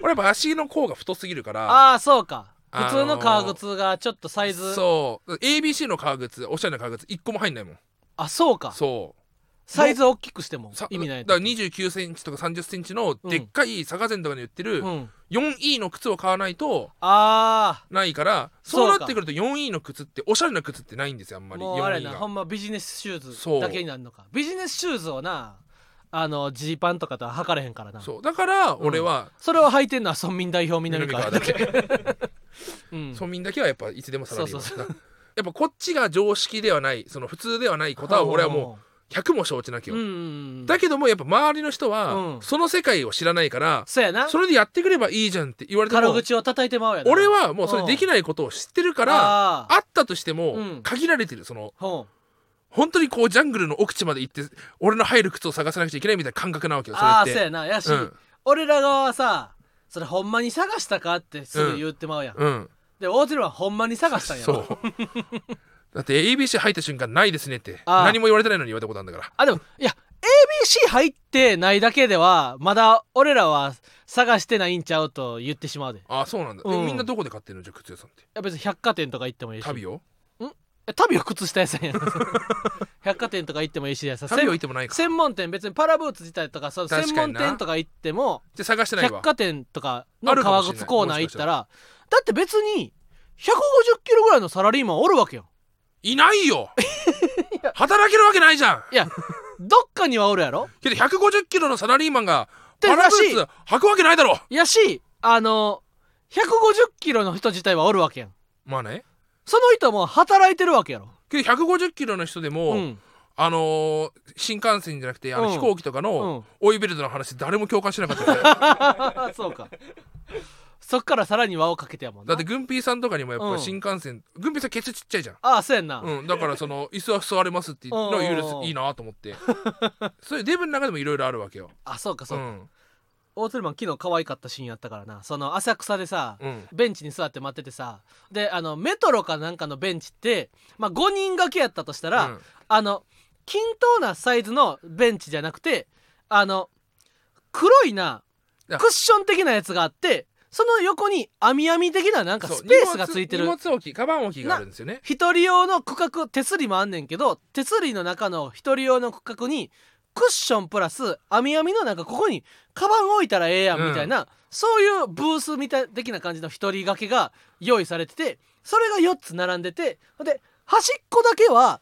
俺やっぱ足の甲が太すぎるからああそうかあのー普通の革靴がちょっとサイズそう ABC の革靴おしゃれな革靴一個も入んないもんあそうかそうサイズ大きくしてもさ意味ないだから29センチとか30センチのでっかい佐賀膳とかに売ってるうん 4E の靴を買わないとあないからそうかそうなってくると 4E の靴っておしゃれな靴ってないんですよあんあまりもうあれ 4E なほがんまビジネスシューそうズだけになるのかビジネスシューズをなあのジーパンとかとは測れへんからなそそうだから俺はれを履いてんのは村民代表南川だけ、うん、村民だけはやっぱいつでもサラリーマンそうだやっぱこっちが常識ではないその普通ではないことは俺はもう100も承知なきうんうよんうんだけどもやっぱ周りの人うはんその世界を知らないからそうやなそれでやってくればいいじゃんって言われて軽も口を叩いてまうやな俺はもうそれできないことを知ってるからあーあったとしてうもん限られてるそのほう本当にこうジャングルの奥地まで行って俺の入る靴を探さなくちゃいけないみたいな感覚なわけよそれああっそうてやなやし、うん俺ら側はさそれほんまに探したかってすぐ言ってまうやん、うんで大鶴はほんまに探したんやろそう だって ABC 入った瞬間ないですねってああ何も言われてないのに言われたことあるんだからあでもいや ABC 入ってないだけではまだ俺らは探してないんちゃうと言ってしまうでいああそうなんだ、うんでもみんなどこで買ってるのじゃあ靴屋さんってや別に百貨店とか行ってもいいし旅をえ旅を靴下屋さんやん 百貨店とか行ってもいいしやさ旅を行っ専てもないか専門店別にパラブーツ自体とかその確か専にな門店とか行ってもじゃあ探してないわ百貨店とかあのるかも革しれない靴コーナー行ったらだって別に150キロぐらいのサラリーマンおるわけよいな いよ働けるわけないじゃん いやどっかにはおるやろけど150キロのサラリーマンがでパラブーツ履くわけないだろやしあの150キロの人自体はおるわけやんまあねその人も働いてるわけやろけど150キロの人でも、うん あのー新幹線じゃなくてあうのん飛行機とかうのんオイルベルトの話誰も共感してなかった よねそうかそっからさらに輪をかけてやもんなだって軍平さんとかにもやっうぱん新幹線軍平さんケツちっちゃいじゃん、ああそうやんな、うん、だからその椅子は座れますって言うのうんうんうんは許すいいなと思って そういうデブの中でもいろいろあるわけよあそうかうそうか、ん大鶴マン昨日可愛かったシーンやったからなその浅草でさ、うんベンチに座って待っててさであのメトロかなんかのベンチって、まあ、5人掛けやったとしたら、うんあの均等なサイズのベンチじゃなくてあの黒いないやクッション的なやつがあってその横に網網的ななんかそうスペースがついてる荷物荷物置きカバン置きがあるんですよね一人用の区画手すりもあんねんけど手すりの中の一人用の区画にクッションプラス網網のなんかここにカバン置いたらええやんうんみたいな、そういうブースみたい的な感じの一人掛けが用意されててそれが4つ並んでてで端っこだけは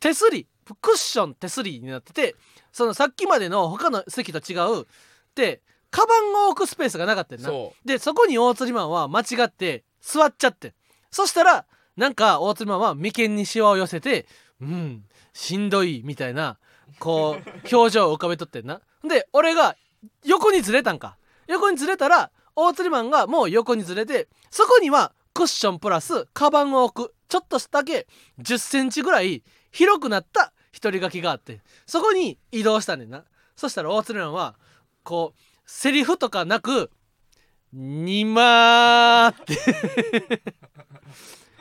手すりクッション手すりになっててそのさっきまでの他の席と違うでカバンを置くスペースがなかったよなそでそこに大釣りマンは間違って座っちゃってんそしたらなんか大釣りマンは眉間にシワを寄せて「うんしんどい」みたいなこう表情を浮かべとってんな で俺が横にずれたんか横にずれたら大釣りマンがもう横にずれてそこにはクッションプラスカバンを置くちょっとだけ1 0センチぐらい広くなった一人書きがあってそこに移動したねんなそしたら大鶴蘭はこうセリフとかなく「にまー」って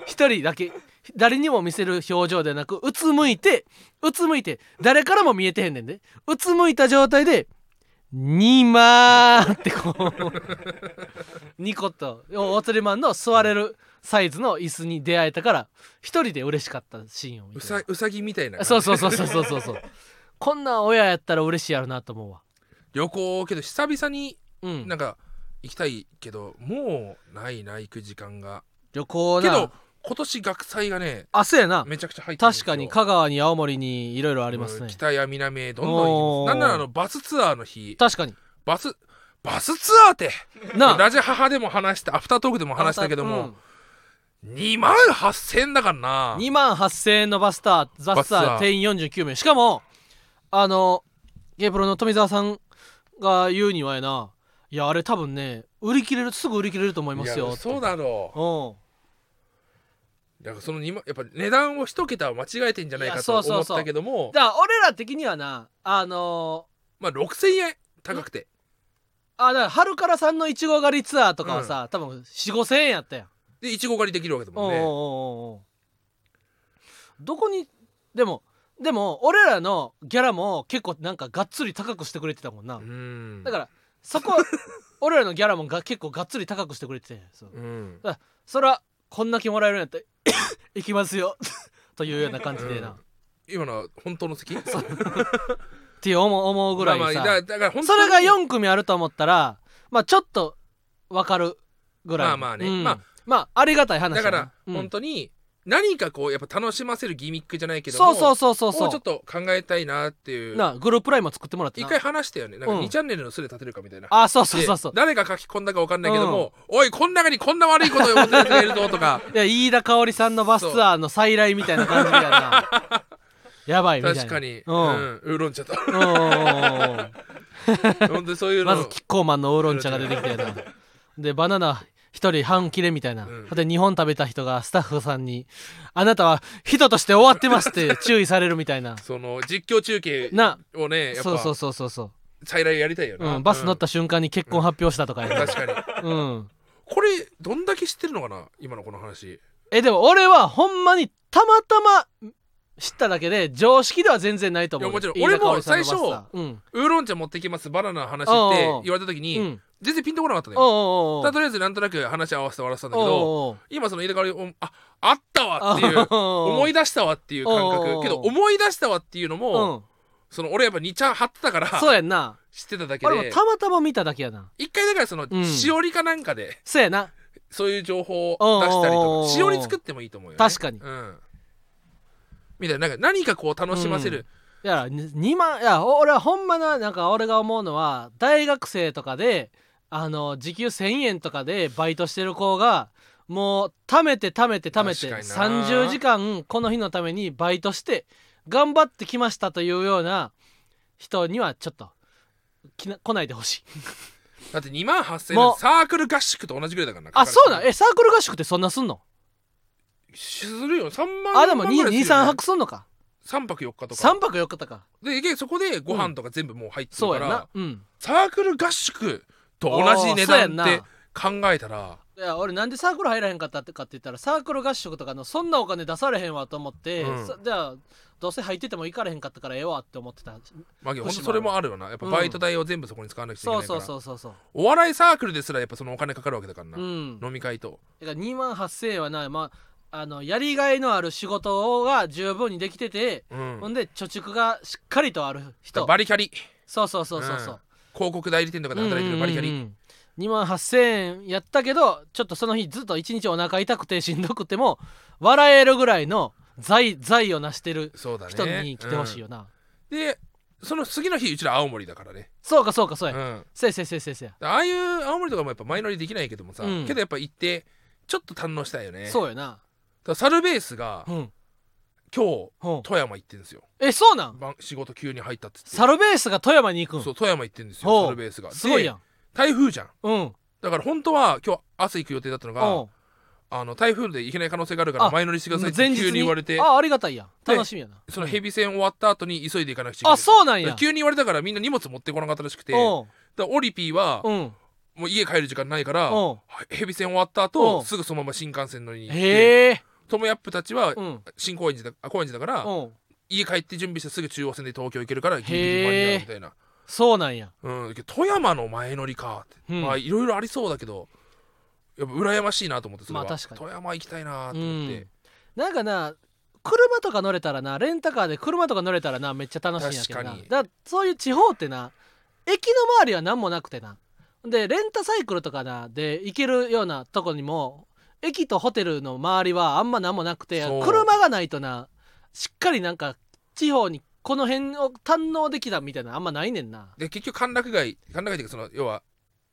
一人だけ誰にも見せる表情でなくうつむいてうつむいて誰からも見えてへんねんでうつむいた状態で「にまー」ってこう。ニコッと大釣りマンの座れるサイズの椅子に出会えたから一人で嬉しかったシーンを見うてさうさぎみたいなそうそうそうそうそうそうそうこんなん親やったら嬉しいやろなと思うわ旅行けど久々にうんなんか行きたいけどもうないな行く時間が旅行なけど今年学祭がねあそうやなめちゃくちゃ入ってるんです確よかに香川に青森にいろいろありますうんね北や南へどんどん行おきーますなんならあのバスツアーの日確かにバスバスツアーってなラジ母でも話したアフタートークでも話したけども、2万8000円だからな2万8000円のバスターザスタバスターー定員49名しかもあのゲイプロの富澤さんが言うにはやないやあれ多分ね売り切れるすぐ売り切れると思いますよいやそうだだろうんうだからその2万やっぱ値段を一桁は間違えてんじゃないいかやとそうそ思っうそうたけどもだから俺ら的にはなあのまあ6000円高くてーあだから春からさんのいちご狩りツアーとかはさ、多分4 5千円やったやん、でいちご狩りできるわけだおもうんおうおうねおうどこにでもでも俺らのギャラも結構なんかがっつり高くしてくれてたもんな、うんだからそ こ俺らのギャラもが結構がっつり高くしてくれててそううんそらこんだけもらえるんやったら 行きますよ というような感じでな、うんっ今のは本当 の席そうていう思う思うぐらいさ、まあまあだだから本当そにれが4組あると思ったらまあちょっとわかるぐらいまあまあねうんまあまあありがたい話だやかならうん本当に何かこうやっぱ楽しませるギミックじゃないけどそもうそうそうそうをちそょっと考えたいなっていううなグループラインも作ってもらって一な回話したよねなんかうん2チャンネルのすれ立てるかみたいなあそうそうそうそうで誰が書き込んだか分かんないけども、おいこん中にこんな悪いことを思ってるやつがいるぞとかいや飯田香織さんのバスツアーの再来みたいな感じやな や ばいみたいな確かにう、うんんううんウーロン茶とうんうんう ん本当にそういうのまずキッコーマンのウーロン茶が出てきたよなでバナナ一人半切れみたいな、うんで2本食べた人がスタッフさんに「あなたは人として終わってます」って注意されるみたいなその実況中継なをねやっそうそぱうそうそうそう再来やりたいよな、うん、バス乗った瞬間に結婚発表したとかやうん、な、確かにうん、これどんだけ知ってるのかな今のこの話えでも俺はほんまにたまたま知っただけで常識では全然ないと思ういやもちろん飯田俺も香織さんの最初バスターうんウーロン茶持ってきますバナナの話っておうおう言われた時に、うん全然ピンとこなかったねおうおうおうただとりあえずなんとなく話合わせて終わらせたんだけおうどおうおう今その入れ替わりおああったわっていう思い出したわっていう感おうおうお覚うけど思い出したわっていうのうも、んその俺やっぱ2ちゃん張ってたからそうやんな知ってただけ俺もでたまたま見ただけやな一回だからその、うんしおりかなんかでそうやなそういう情報を出したりおうおうおうおとかうしおり作ってもいいと思うよ、ね、確かにうん、みたいななんか何かこう楽しませる、いや2万いやお俺はほんまななんか俺が思うのは大学生とかであの時給1,000円とかでバイトしてる子がもう貯めて貯めて貯めて確かにな30時間この日のためにバイトして頑張ってきましたというような人にはちょっと来な来ないでほしいだって2万8000も円うサークル合宿と同じぐらいだからなあそうなんええサークル合宿ってそんなすんのするよ3万あでも4万ぐらいするよ23ね泊すんのか3泊4日とか3泊4日とかででそこでご飯とか全部もう入ってるそうやから、なうんサークル合宿と同じ値そうや段んっなて考えたらいや俺なんでサークル入らへんかったってかって言ったらサークル合宿とかのそんなお金出されへんわと思って、うんさじゃあどうせ入ってても行かれへんかったからええわって思ってたまあほんとそれもあるよなやっぱバイト代を全部そこに使わなくちゃいけそなういかそうそらうそうそうお笑いサークルですらやっぱそのお金かかるわけだからな、うんだか飲み会とら2万8000円はな、まあ、あのやりがいのある仕事が十分にできてて、うんほんで貯蓄がしっかりとある人バリキャリそうそうそうそうそううん広告代理店とかで働いてるバリキャリ、 2万8000円やったけどちょっとその日ずっと一日お腹痛くてしんどくても笑えるぐらいの財財を成してるそうだね人に来てほしいよな、うんでその次の日うちら青森だからね、そうかそうかそううや、ん、せいせいせいせいせいああいう青森とかもやっぱ前乗りできないけどもさ、うんけどやっぱ行ってちょっと堪能したいよねだかそうやならサルベースがうん今日ほう富山行ってんですよえそうなん晩仕事急に入ったっつってサルベースが富山に行くんそう富山行ってんですほようサルベースがすごいやでん台風じゃんうんだから本当は今日朝行く予定だったのがおあの台風で行けない可能性があるからあ前乗りしてくださいって前日急に言われてあありがたいやんで楽しみやなそのヘビ戦終わった後に急いで行かなくちゃいけないあそうなんや急に言われたからみんな荷物持ってこなかったらしくてだかおらオリピーはうんうんもう家帰る時間ないからうんヘビ戦終わったう後んすぐそのまま新幹線乗りに行ってへえトムヤップたちはうん新高円寺だあ高円寺だからうん家帰って準備してすぐ中央線で東京行けるからギリギリ間に合うみたいな、そうなんやうん、けど富山の前乗りかって、うんまあいろいろありそうだけどやっぱ羨ましいなと思ってそれは、まあ確かに富山行きたいなうと思ってん、なんかな車とか乗れたらなレンタカーで車とか乗れたらなめっちゃ楽しいんやけどな確かにだそういう地方ってな駅の周りは何もなくてなでレンタサイクルとかなで行けるようなとこにも駅とホテルの周りはあんま何もなくてそう車がないとなしっかりなんか地方にこの辺を堪能できたみたいなあんまないねんなで結局歓楽街歓楽街っていうかその要は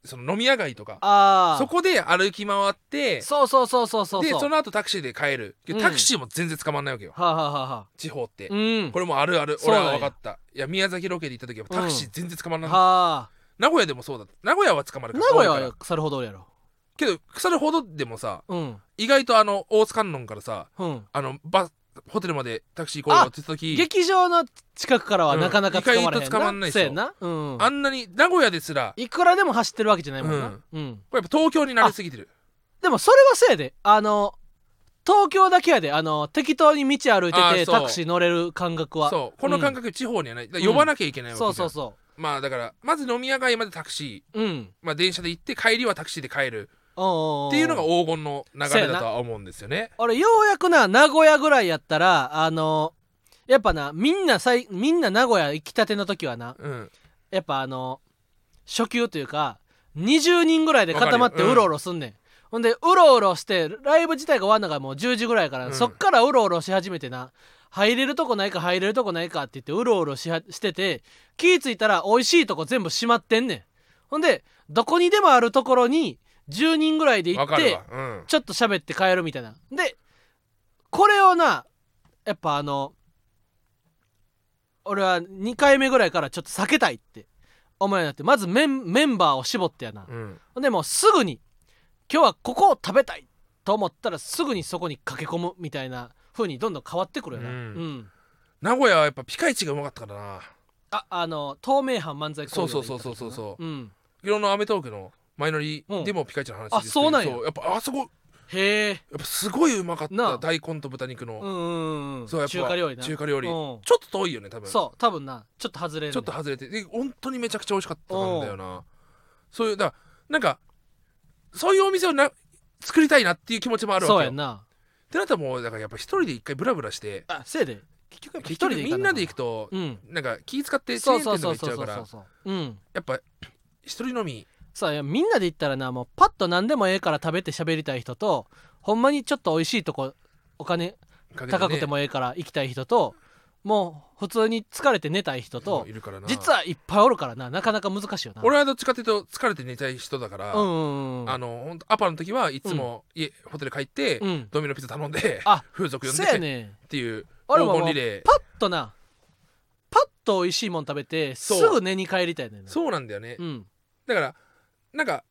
その飲み屋街とかあーそこで歩き回ってそうそうそうそうそうでそうその後タクシーで帰るけどうんタクシーも全然捕まんないわけよ、はあ、はあはあはあ、地方って、うんこれもあるあるそうな俺んやは分かったいや宮崎ロケで行った時はタクシー全然捕まんない、はあ名古屋でもそうだった名古屋は捕まる名から古屋多いはかそれほどおるやろらけど腐るほどでもさうん意外とあの大津観音からさうんあのバスホテルまでタクシー行こうよって言った時劇場の近くからはなかなか捕まらへんな、うん意外と捕まんないでしょそうやな、うん、あんなに名古屋ですらいくらでも走ってるわけじゃないもんな、うんこれやっぱ東京に慣れすぎてるでもそれはせいであの東京だけやであの適当に道歩いあててーそうタクシー乗れる感覚はそうこの感覚地方にはないだから呼ばなきゃいけないわけじゃそんうそうそまあだからまず飲み屋街までタクシううんー、まあ、電車で行って帰りはタクシーで帰るおっていうのがお黄金の流れだとは思うんですよね俺ようやくな名古屋ぐらいやったらあのやっぱなみんなさいみんな名古屋行きたての時はなうんやっぱあの初級というか20人ぐらいで固まってわかるようろうろすんねん、ほんでうろうろしてライブ自体が終わんのがもう10時ぐらいから、うんそっからうろうろし始めてな入れるとこないか入れるとこないかって言ってうろうろしはしてて気ぃついたら美味しいとこ全部閉まってんねんほんでどこにでもあるところに10人ぐらいで行わっかるてわうんちょっと喋って帰るみたいなでこれをなやっぱあの俺は2回目ぐらいからちょっと避けたいって思うようになってまずメンメンバーを絞ってやなうんほんでもうすぐに今日はここを食べたいと思ったらすぐにそこに駆け込むみたいな風にどんどん変わってくるよなううんん、名古屋はやっぱピカイチがうまかったからなああの透明版漫才工業で行った時そうそうそうそうそうそうんいろんな『アメトーーク』の前乗りうんでもピカイチの話あですけどそうなんややっぱあそこやへえっぱすごいうまかっなたあ大根と豚肉の、うんうんうんそうやっぱ中華料理な中華料理、うんちょっと遠いよね多分そう多分なちょっと外れるね、ちょっと外れてで本当にめちゃくちゃ美味しかったんだよなそういうだからなんかそういうお店をな作りたいなっていう気持ちもあるわそうけよやんなってなったらもうだからやっぱ一人で一回ブラブラしてあせいで結局ぱ一人一人で行みかんなあなかんで行くとうんなんか気使ってチェーそうンそう店とかそ行うっちそうそうゃうからそううんやっぱ一人飲みさあいやみんなで行ったらなもうパッと何でもええから食べて喋りたい人とほんまにちょっと美味しいとこお金かけて、ね、高くてもええから行きたい人ともう普通に疲れて寝たい人といるからな実はいっぱいおるからななかなか難しいよな俺はどっちかっていうと疲れて寝たい人だから、うんうんうんあのほんとアパの時はいつも家、ホテル帰って、うんドミノピザ頼んであ風俗呼んせやで、ねっていう黄俺も金もうリレーパッとなパッと美味しいもん食べてすそうぐ寝に帰りたいねんなそうなんだよね、うんだからなんか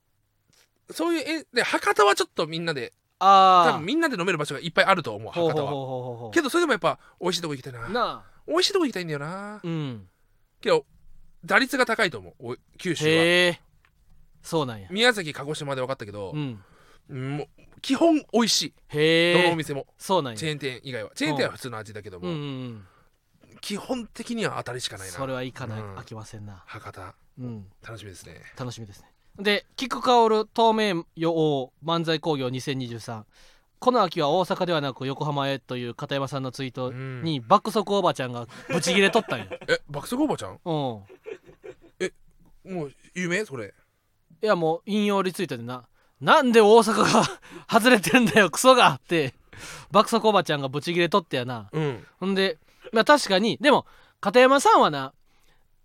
そういうえで博多はちょっとみんなで多ああ分みんなで飲める場所がいっぱいあると思うほう博ほうほう多はほうほうけどそれでもやっぱ美味しいとこ行きたいななあ美味しいとこ行きたいんだよなうんけど打率が高いと思うお九州はへえそうなんや宮崎鹿児島で分かったけどう、んもう基本美味しいへどのおえ店もそうなんやチェーン店以外はチェーン店は普通の味だけどうも、んうん基本的には当たりしかうんないそなれはいかないうん飽きませんな博多うん楽しみですね楽しみですねで菊薫透明予王漫才興行2023この秋は大阪ではなく横浜へという片山さんのツイートうんに爆速おばちゃんがブチギレと ったんやえ爆速おばちゃんうんもう有名それいやもう引用リツイートでななんで大阪が 外れてんだよクソがって爆速おばちゃんがブチギレとってやなうんほんで、まあ確かに、でも、片山さんはな、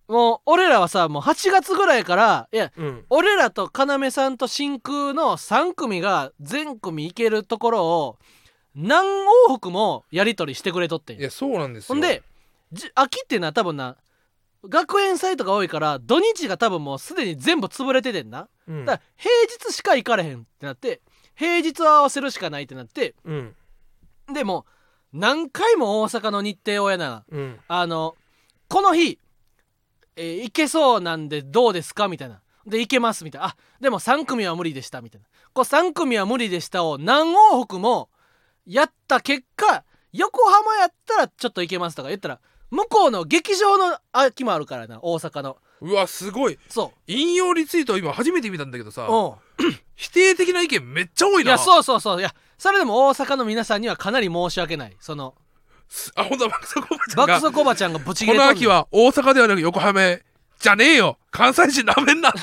もう俺らはさ、もう8月ぐらいから、いや、うん俺らと要さんと真空の3組が全組行けるところを何往復もやり取りしてくれとってんいやそうなんですほよんでじ秋ってな多分な学園祭とか多いから土日が多分もうすでに全部潰れててんなうんだから平日しか行かれへんってなって平日は合わせるしかないってなってうんでも何回も大阪の日程をやなうんあのこの日、えー行けそうなんでどうですかみたいなで行けますみたいなあでも3組は無理でしたみたいなこう3組は無理でしたを何往復もやった結果横浜やったらちょっと行けますとか言ったら向こうの劇場の空きもあるからな大阪のうわすごいそ引用リツイート今初めて見たんだけどうさうん否定的な意見めっちゃ多いいなやそうそうそういやそれでも大阪の皆さんにはかなり申し訳ないそのすあ本当だ爆速おばちゃん爆が速おばちゃんがブチギこレのとんねん秋は大阪ではなく横浜へじゃねえよ関西人なめ んなって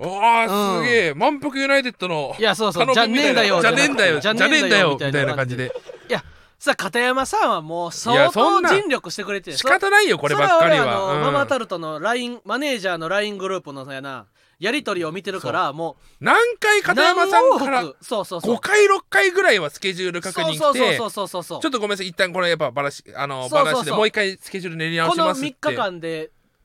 あーすげえ、満腹ユナイテッドのいやそうそう佐じ野ゃ君ねえんだよみたいなじゃねえんだよじじゃゃねねえんえんだだよよみみたたいないな感感じじででいやさ片山さんはもうい相やそ当んな尽力してくれて仕方ないよこればっかりはそれ俺あのうんママタルトの LINE マネージャーの LINE グループのさやなやり取りを見てるからも何回う片山さんか何往ら復そうそうそう5回6回ぐらいはスケジュール確認そうしそうてそうそうそうそうちょっとごめんなさい一旦これやっぱバラしあのそうそうそうバラしでもう一回スケジュール練り直こしのますって3日間で、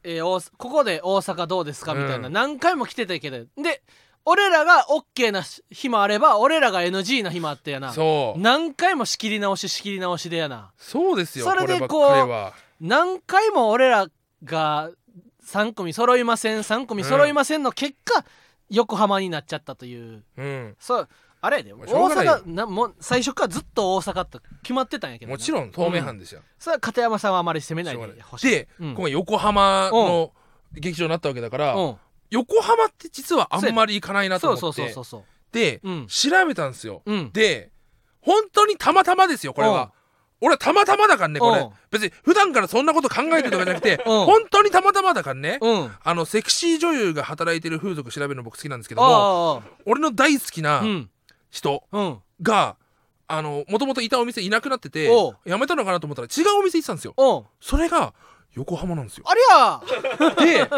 えー大阪ここで大阪どうですかみたいな、うん何回も来てたけどで俺らが OK な日もあれば俺らが NG な日もあってやなそう何回も仕切り直し仕切り直しでやなそうですよそれでこればっかりは何回も俺らが3組揃いません3組揃いませんの結果、横浜になっちゃったといううんそうあれやで大まあしょうがないよ阪なもう最初からずっと大阪と決まってたんやけどなもちろん透明犯ですよ、それは片山さんはあまり責めなしいょうがでほないしいで、うん今回横浜の劇場になったわけだから、うん横浜って実はあんまり行かないなとそう思ってそうそうそうそうで、うん調べたんですよ、うんで本当にたまたまですよこれは。俺はたまたまだからねこうれん別に普段からそんなこと考えてるとかじゃなくて うん本当にたまたまだからねうんああのセクシー女優が働いてる風俗調べるの僕好きなんですけどもあ俺の大好きああなうん人うんがあのもともといたお店いなくなってておう辞めたのかなと思ったら違うお店行ってたんですよおうそれが横浜な んですよあり ゃで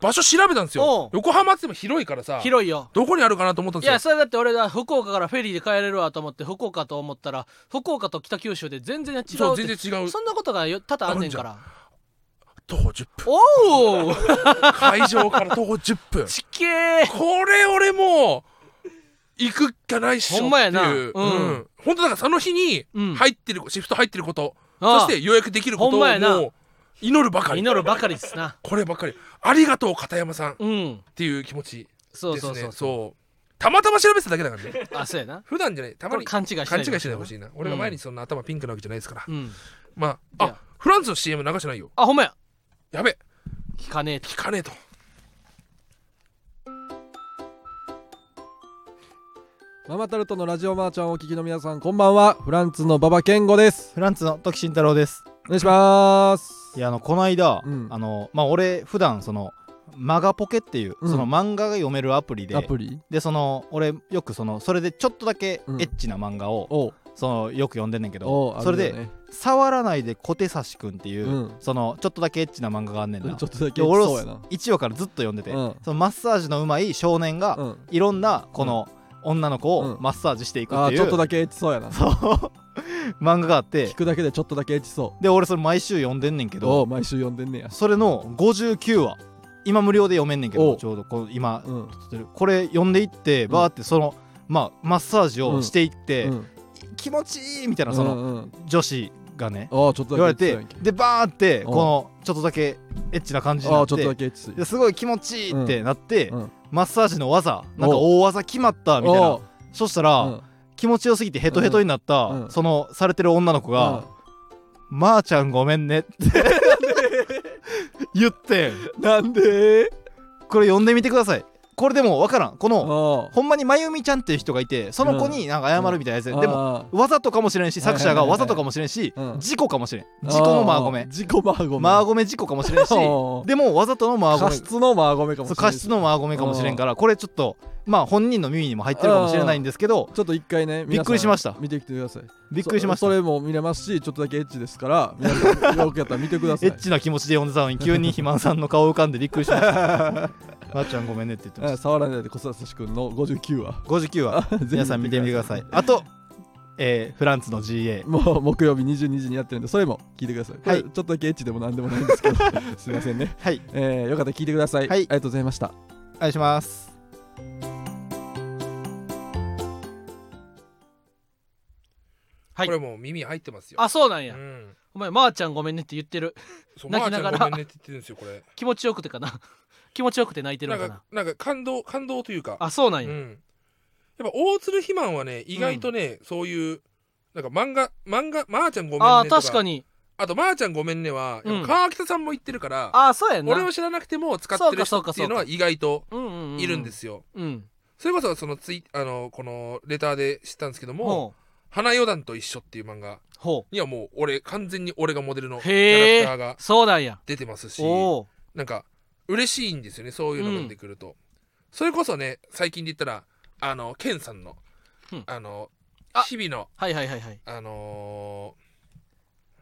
場所調べたんですおうよ横浜って言っても広いからさ広いよどこにあるかなと思ったいんですよやそれだって俺は福岡からフェリーで帰れるわと思って福岡と思ったら福岡と北九州で全然違うってそう全然違うそんなことがよ多々あんねんから徒歩10分おお会場から徒歩10 分ちけーこれ俺もう行くっかないっしょほっていうんまやなうんうん本当だからその日にうん入ってるシフト入ってることああそして予約できることほんをまやなもう祈るばかり祈るばかりですなこればっかりありがとう片山さんっうんていう気持ちそうでそすうそねうそうたまたま調べてただけだからね あそうやな普段じゃないたこまれに勘違いしない勘違いしないでほしいいな俺が毎日そんな頭ピンクなわけじゃないですからうんまいあやあフランスの CM 流してないよあほんまややべ聞かねえと聞かねえとママタルトのラジオマーちゃんをお聞きの皆さんこんばんはフランツの馬場健吾ですフランツの時慎太郎です。お願いしますいやあのこの間、うんあのまあ俺普段そのマガポケっていう、うんその漫画が読めるアプリでアプリでその俺よくそのそれでちょっとだけエうんッチな漫画を、おうそのよく読んでんねんけおうどあそれるよでね「触らないで小手差しくん」っていう、うんそのちょっとだけエッチな漫画があんねんちょなっとだけで俺そうやをな1話からずっと読んでて、うんそのマッサージのうまい少年が、うんいろんなこの女の子をうんマッサージしていくあっあていちう、ょっとだけエッチそうやなそう漫画があって聞くだけでちょっとだけエッチそで俺それ毎週読んでんねんけうどおう毎週読んでんねやそれの59話今無料で読めんねんけおどうちょうどこの今うん撮ってるこれ読んでいってバーってその、まあ、マッサージをしていって、うん気持ちいいみたいなそのうんうん女子がね、ああちょっと言だわれけエッチそてうやんけでバーってんこのちょっとだけエッチな感じにあなあっちょっとだてけエッチですごい気持ちいいってなって、うんうんマッサージの技なんか大技決まったみたいなおうそしたら、うん気持ちよすぎてヘトヘトになった、うんうんそのされてる女の子が「まー、ちゃんごめんね」 って言ってんうんなんでこれ読んでみてくださいこれでも分からんこのおうほんまにまゆみちゃんっていう人がいてその子になんか謝るみたいなやつで、でもあわざとかもしれんしはいは作い者がはいはわいざとかもしれんし、うん事故かもしれんあ事故のマーゴああメ自己マーゴメマーゴメ事故かもしれんしおうでもわざとのマーゴメ過失のマーゴメかもしれそうな過い失のマーゴメかもしれんからこれちょっとまあ本人の耳にも入ってるかもしれないんですけどちょっと一回ね皆さんびっくりしました見てきてくださいびっくりしましそたそれも見れますしちょっとだけエッチですから皆さんよくやったら見てくださ エいッチな気持ちで呼んでたのに急に肥満さんの顔浮かんでびっくりしました まーちゃんごめんねって言ってまえしー触らないで小沢寿司君の59話 た59話ぜひ皆さん見てみてく ださいあと、えーフランスの GA もう木曜日22時にやってるんでそれも聞いてください、はいこれちょっとだけエッチでもなんでもないんですけ どすいませんね、はいえーよかったら聞いてください、はあいりがとうございましたお願いしますはいこれもう耳入ってますよあそうなんや、うん、お前まー、ちゃんごめんねって言ってるそう泣まきーちなゃがらんごめんねって言ってるんですよこれ気持ちよくてかな 気持ちよくて泣いてるなのんかなかなんか感動感動というかあそうなんうや、ん、やっぱ大鶴肥満はね意外とね、そういうなんか漫画漫画まー、ちゃんごめんねとかあー確かにあとまー、ちゃんごめんねは、やっうんぱ川北さんも言ってるからあーそうやんな俺を知らなくても使ってる人そうかそうかっていうのは意外とうんうんういるんですようんそれこそそのツイあのこのレターで知ったんですけどもほう「花四段と一緒」っていう漫画ほうにはもう俺完全に俺がモデルのキへャえラクターがそうなんや出てますしおおなんか嬉しいんですよねそういうのが出てくると、それこそね最近で言ったらあのケンさんの、うんあのあ日々のはいはいはいはいあの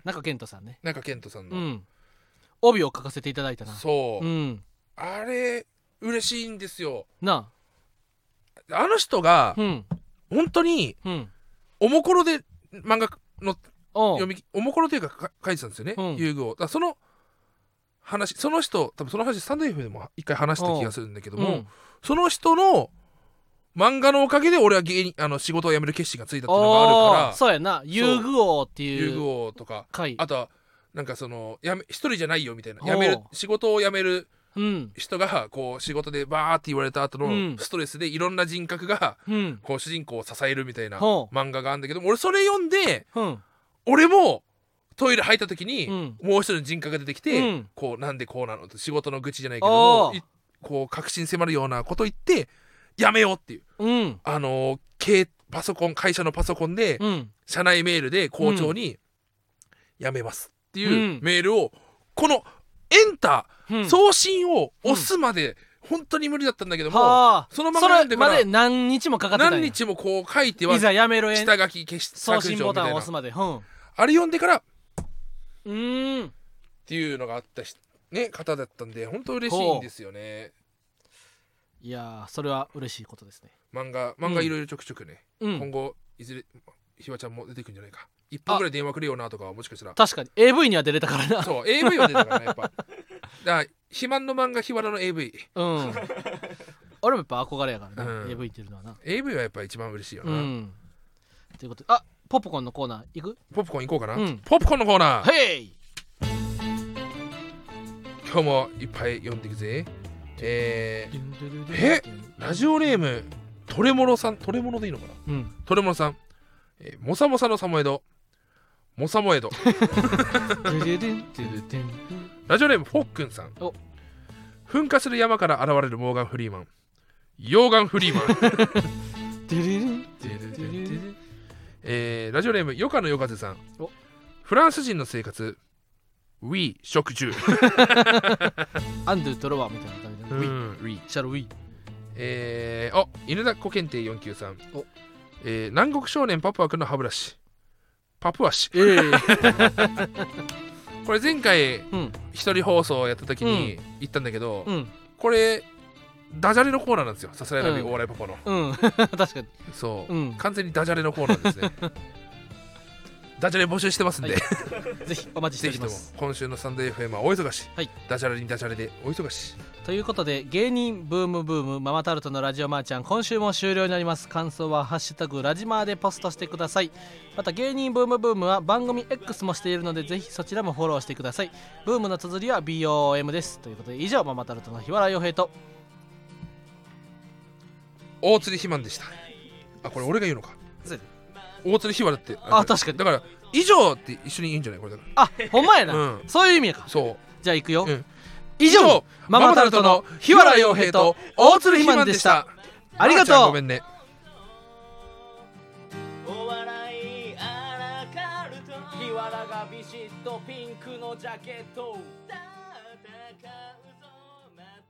中健人さんねー、中健人さんうの、ん帯を書かせていただいたなそう、んあれ嬉しいんですよなあの人があうん本当にうんおもころで漫画のおう読みおもころというかか書いてたんですよね、うん遊具をだからその話その人多分その話スタンド FM でも一回話した気がするんだけどうも、んその人の漫画のおかげで俺は芸人あの仕事を辞める決心がついたっていうのがあおるーかそうやな遊具王ってら遊い具う王とか回あとはなんかそのやめ一人じゃないよみたいなおー辞める仕事を辞めるうん人がこう仕事でバーって言われた後うんのストレスでいろんな人格がうんこう主人公を支えるみたいなほう漫画があるんだけど俺それ読んでうん俺もトイレ入った時にうんもう一人の人格が出てきうてんこうなんでこうなのって仕事の愚痴じゃないけどもおーいこう確信迫るようなこと言ってやめようっていう。うんあのー携パソコン会社のパソコンでうん社内メールで校長に「やめます」っていううんメールをこのエンタうーん送信を押すまで本当に無理だったんだけどもはあそのままそ読んれでかまでら何日もかかってた何んや日もこう書いてはいざやめろへん下書き消し送削信除ボみタンたをいな押すまでうんうあれ読んでからっーんていうのがあったしね方だったんで本当嬉しいんですよねいやーそれは嬉しいことですね漫画漫画いろいろちょくちょくね、う今ん後いずれひわちゃんも出てくるんじゃないか一本ぐらい電話くれよなとかはもしかしたら確かに AV には出れたからなそう AV は出たからねやっぱだから肥満の漫画日和の AVAV うん。俺もやっぱ憧れやからな、うん AV っていうのはな。はやっぱ一番嬉しいような、ん。ということで、あポップコーンのコーナー行くポップコーン行こうかな、うんポップコーンのコーナー、ヘイ今日もいっぱい読んでいくぜえー、ラジオネームトレモロさんトレモロでいいのかなうん。トレモロさん、えー、モサモサのサモエドモサモエド ラジオネームフォックンさんお噴火する山から現れるモーガン・フリーマン溶岩フリーマン えーラジオネームよかのよかずさんおフランス人の生活 We 食中アンドゥトロワみたいな感じで。ウィ We シャルウィえー、お犬だっこ検定493おえー南国少年パプア君の歯ブラシパプアシええ。これ前回うん。一人放送やった時に言ったんだけど、うん。これダジャレのコーナーなんですよさすらいのびうんお笑いパパの、うん。 確かに。そう、うん完全にダジャレのコーナーです ねダジャレ募集してますんで、はぜひお待ちしてぜおりまひともす。今週のサンデー FM は大忙し、はいダジャレにダジャレで大忙しということで芸人ブームブームママタルトのラジオマーちゃん今週も終了になります感想は「ハッシュタグラジマー」でポストしてくださいまた芸人ブームブームは番組 X もしているのでぜひそちらもフォローしてくださいブームの綴りは BOM ですということで以上ママタルトの日原洋平と大釣り肥満でしたあこれ俺が言うのかそうや大釣り肥満だってあ確かにだから以上って一緒に言うんじゃないこれだかあほんまやな、うんそういう意味やからそうじゃあ行くよ、うん以以上上ママタルトの日原洋平と大鶴ひまんでしたありがとうまーちゃんごめんねお笑いアラカルト日わらがビシッとピンクのジャケット戦うぞまた